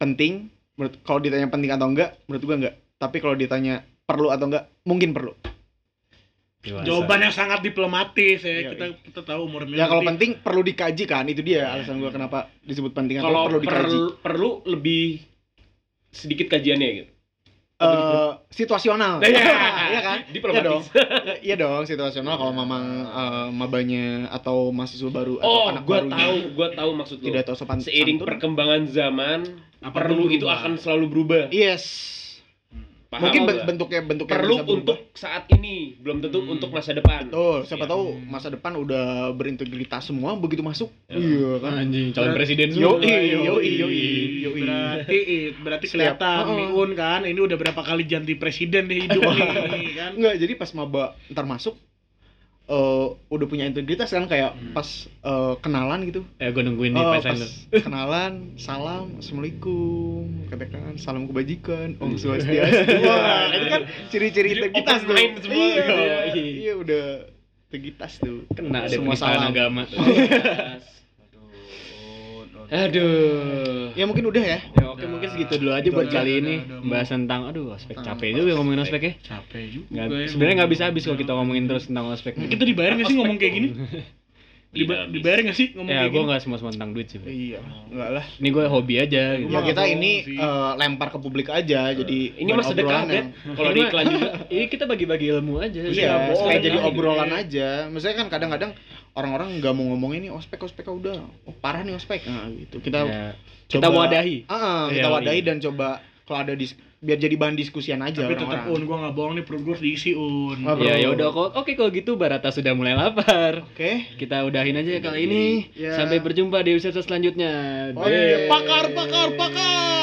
[SPEAKER 3] penting menurut kalau ditanya penting atau enggak, menurut gua enggak. Tapi kalau ditanya perlu atau enggak, mungkin perlu.
[SPEAKER 1] Dewasa.
[SPEAKER 2] Jawaban yang sangat diplomatis ya.
[SPEAKER 3] Iya,
[SPEAKER 2] kita kita tahu umur
[SPEAKER 3] Ya kalau
[SPEAKER 2] minoritas.
[SPEAKER 3] penting perlu dikaji kan, itu dia alasan gua kenapa disebut penting atau
[SPEAKER 4] Kalau
[SPEAKER 3] perlu
[SPEAKER 4] perlu,
[SPEAKER 3] dikaji.
[SPEAKER 4] perlu lebih sedikit kajiannya gitu.
[SPEAKER 3] Eh, situasional.
[SPEAKER 4] Nah, iya.
[SPEAKER 3] Iya kan? Iya dong.
[SPEAKER 4] Diplomatis.
[SPEAKER 3] Iya dong, situasional kalau mamang eh, mabanya atau mahasiswa baru atau
[SPEAKER 4] oh,
[SPEAKER 3] anak
[SPEAKER 4] gua
[SPEAKER 3] barunya
[SPEAKER 4] tahu, gua tahu maksud lu.
[SPEAKER 3] tidak tahu sopan
[SPEAKER 4] Seiring
[SPEAKER 3] santun.
[SPEAKER 4] perkembangan zaman,
[SPEAKER 2] Apa
[SPEAKER 4] perlu
[SPEAKER 2] dulu
[SPEAKER 4] itu
[SPEAKER 2] gua?
[SPEAKER 4] akan selalu berubah.
[SPEAKER 3] Yes.
[SPEAKER 2] Hmm.
[SPEAKER 4] Paham
[SPEAKER 3] Mungkin
[SPEAKER 4] gua?
[SPEAKER 3] ben- bentuknya bentuknya
[SPEAKER 4] perlu
[SPEAKER 3] bisa berubah.
[SPEAKER 4] untuk saat ini, belum tentu
[SPEAKER 2] Hmm.
[SPEAKER 4] untuk masa depan.
[SPEAKER 3] Betul, siapa
[SPEAKER 4] Iya.
[SPEAKER 3] tahu masa depan udah berintegritas semua begitu masuk.
[SPEAKER 4] Ya.
[SPEAKER 3] Iya kan.
[SPEAKER 1] Anjing, calon presiden
[SPEAKER 3] Yo,
[SPEAKER 1] semua.
[SPEAKER 3] yo, yo, iya.
[SPEAKER 2] Yoi,
[SPEAKER 3] yo,
[SPEAKER 4] iya.
[SPEAKER 2] yoi. Berarti berarti
[SPEAKER 3] Setiap-
[SPEAKER 2] kelihatan
[SPEAKER 3] Oh.
[SPEAKER 2] Miun kan ini udah berapa kali ganti presiden nih hidup nih kan.
[SPEAKER 3] Enggak, jadi pas maba ntar masuk eh udah punya integritas kan kayak
[SPEAKER 4] Hmm.
[SPEAKER 3] pas eh, kenalan gitu.
[SPEAKER 1] Eh, gua nungguin nih
[SPEAKER 3] Eh,
[SPEAKER 1] pasangan lu.
[SPEAKER 3] pas kenalan, salam, assalamukum, katakan salam kebajikan, om swastiastu. Wah, itu kan ciri-ciri
[SPEAKER 4] Jadi
[SPEAKER 3] integritas
[SPEAKER 4] open
[SPEAKER 3] tuh.
[SPEAKER 4] mind semua
[SPEAKER 3] iya,
[SPEAKER 4] gitu ya.
[SPEAKER 3] iya udah integritas tuh.
[SPEAKER 1] Kena deh
[SPEAKER 3] Semua
[SPEAKER 1] penistaan
[SPEAKER 3] salam.
[SPEAKER 1] agama.
[SPEAKER 4] Aduh.
[SPEAKER 3] Ya mungkin udah ya.
[SPEAKER 1] Ya oke mungkin segitu dulu aja buat
[SPEAKER 2] Udah,
[SPEAKER 1] kali
[SPEAKER 2] udah,
[SPEAKER 1] ini
[SPEAKER 2] udah, udah.
[SPEAKER 1] bahas tentang aduh ospek
[SPEAKER 3] Tentang
[SPEAKER 1] capek juga ngomongin
[SPEAKER 4] ospek.
[SPEAKER 1] ospek ya.
[SPEAKER 2] Capek juga.
[SPEAKER 1] Nggak-
[SPEAKER 2] ya.
[SPEAKER 1] Sebenarnya nggak bisa habis kalau kita ngomongin terus tentang ospek.
[SPEAKER 2] Kita dibayar nggak sih ngomong kayak gini? Diba-
[SPEAKER 4] Tidak
[SPEAKER 2] dibayar nggak sih ngomong
[SPEAKER 1] Ya
[SPEAKER 2] kayak
[SPEAKER 1] gue
[SPEAKER 2] gini?
[SPEAKER 1] nggak semua semua tentang duit sih. Bro.
[SPEAKER 3] Iya, enggak lah.
[SPEAKER 1] Ini gue hobi aja. Gitu.
[SPEAKER 3] Ya
[SPEAKER 2] Gua
[SPEAKER 3] kita
[SPEAKER 2] nggak
[SPEAKER 3] ini
[SPEAKER 2] bohong sih.
[SPEAKER 3] eh, lempar ke publik aja. Jadi
[SPEAKER 4] Ini mah
[SPEAKER 3] obrolan
[SPEAKER 4] sedekah, Bet.
[SPEAKER 3] yang-
[SPEAKER 4] Kalau
[SPEAKER 1] Ini
[SPEAKER 4] di
[SPEAKER 1] mah-
[SPEAKER 4] iklan juga.
[SPEAKER 1] Ini Iya, kita bagi-bagi ilmu aja.
[SPEAKER 4] nggak
[SPEAKER 3] Iya,
[SPEAKER 4] bohong,
[SPEAKER 3] kayak jadi
[SPEAKER 4] kan?
[SPEAKER 3] obrolan aja. Maksudnya kan kadang-kadang orang-orang nggak mau ngomongin nih ospek ospek ah, udah oh, parah nih ospek. Nah, gitu. Kita
[SPEAKER 1] Ya, kita
[SPEAKER 3] coba-
[SPEAKER 1] wadahi.
[SPEAKER 3] Ah, kita
[SPEAKER 1] Iya,
[SPEAKER 3] wadahi
[SPEAKER 1] iya.
[SPEAKER 3] dan coba kalau ada dis- biar jadi bahan diskusian aja
[SPEAKER 2] Tapi tetap un,
[SPEAKER 3] orang-orang.
[SPEAKER 2] gue nggak bohong nih perut gue harus diisi un.
[SPEAKER 3] Nggak
[SPEAKER 1] Ya
[SPEAKER 3] Bro.
[SPEAKER 1] ya udah kok. Oke kalau gitu Barata sudah mulai lapar.
[SPEAKER 3] Oke.
[SPEAKER 1] Kita udahin aja kali ini.
[SPEAKER 3] Ya. Oh,
[SPEAKER 1] Sampai berjumpa di episode selanjutnya.
[SPEAKER 3] Oke.
[SPEAKER 2] Pakar, pakar, pakar.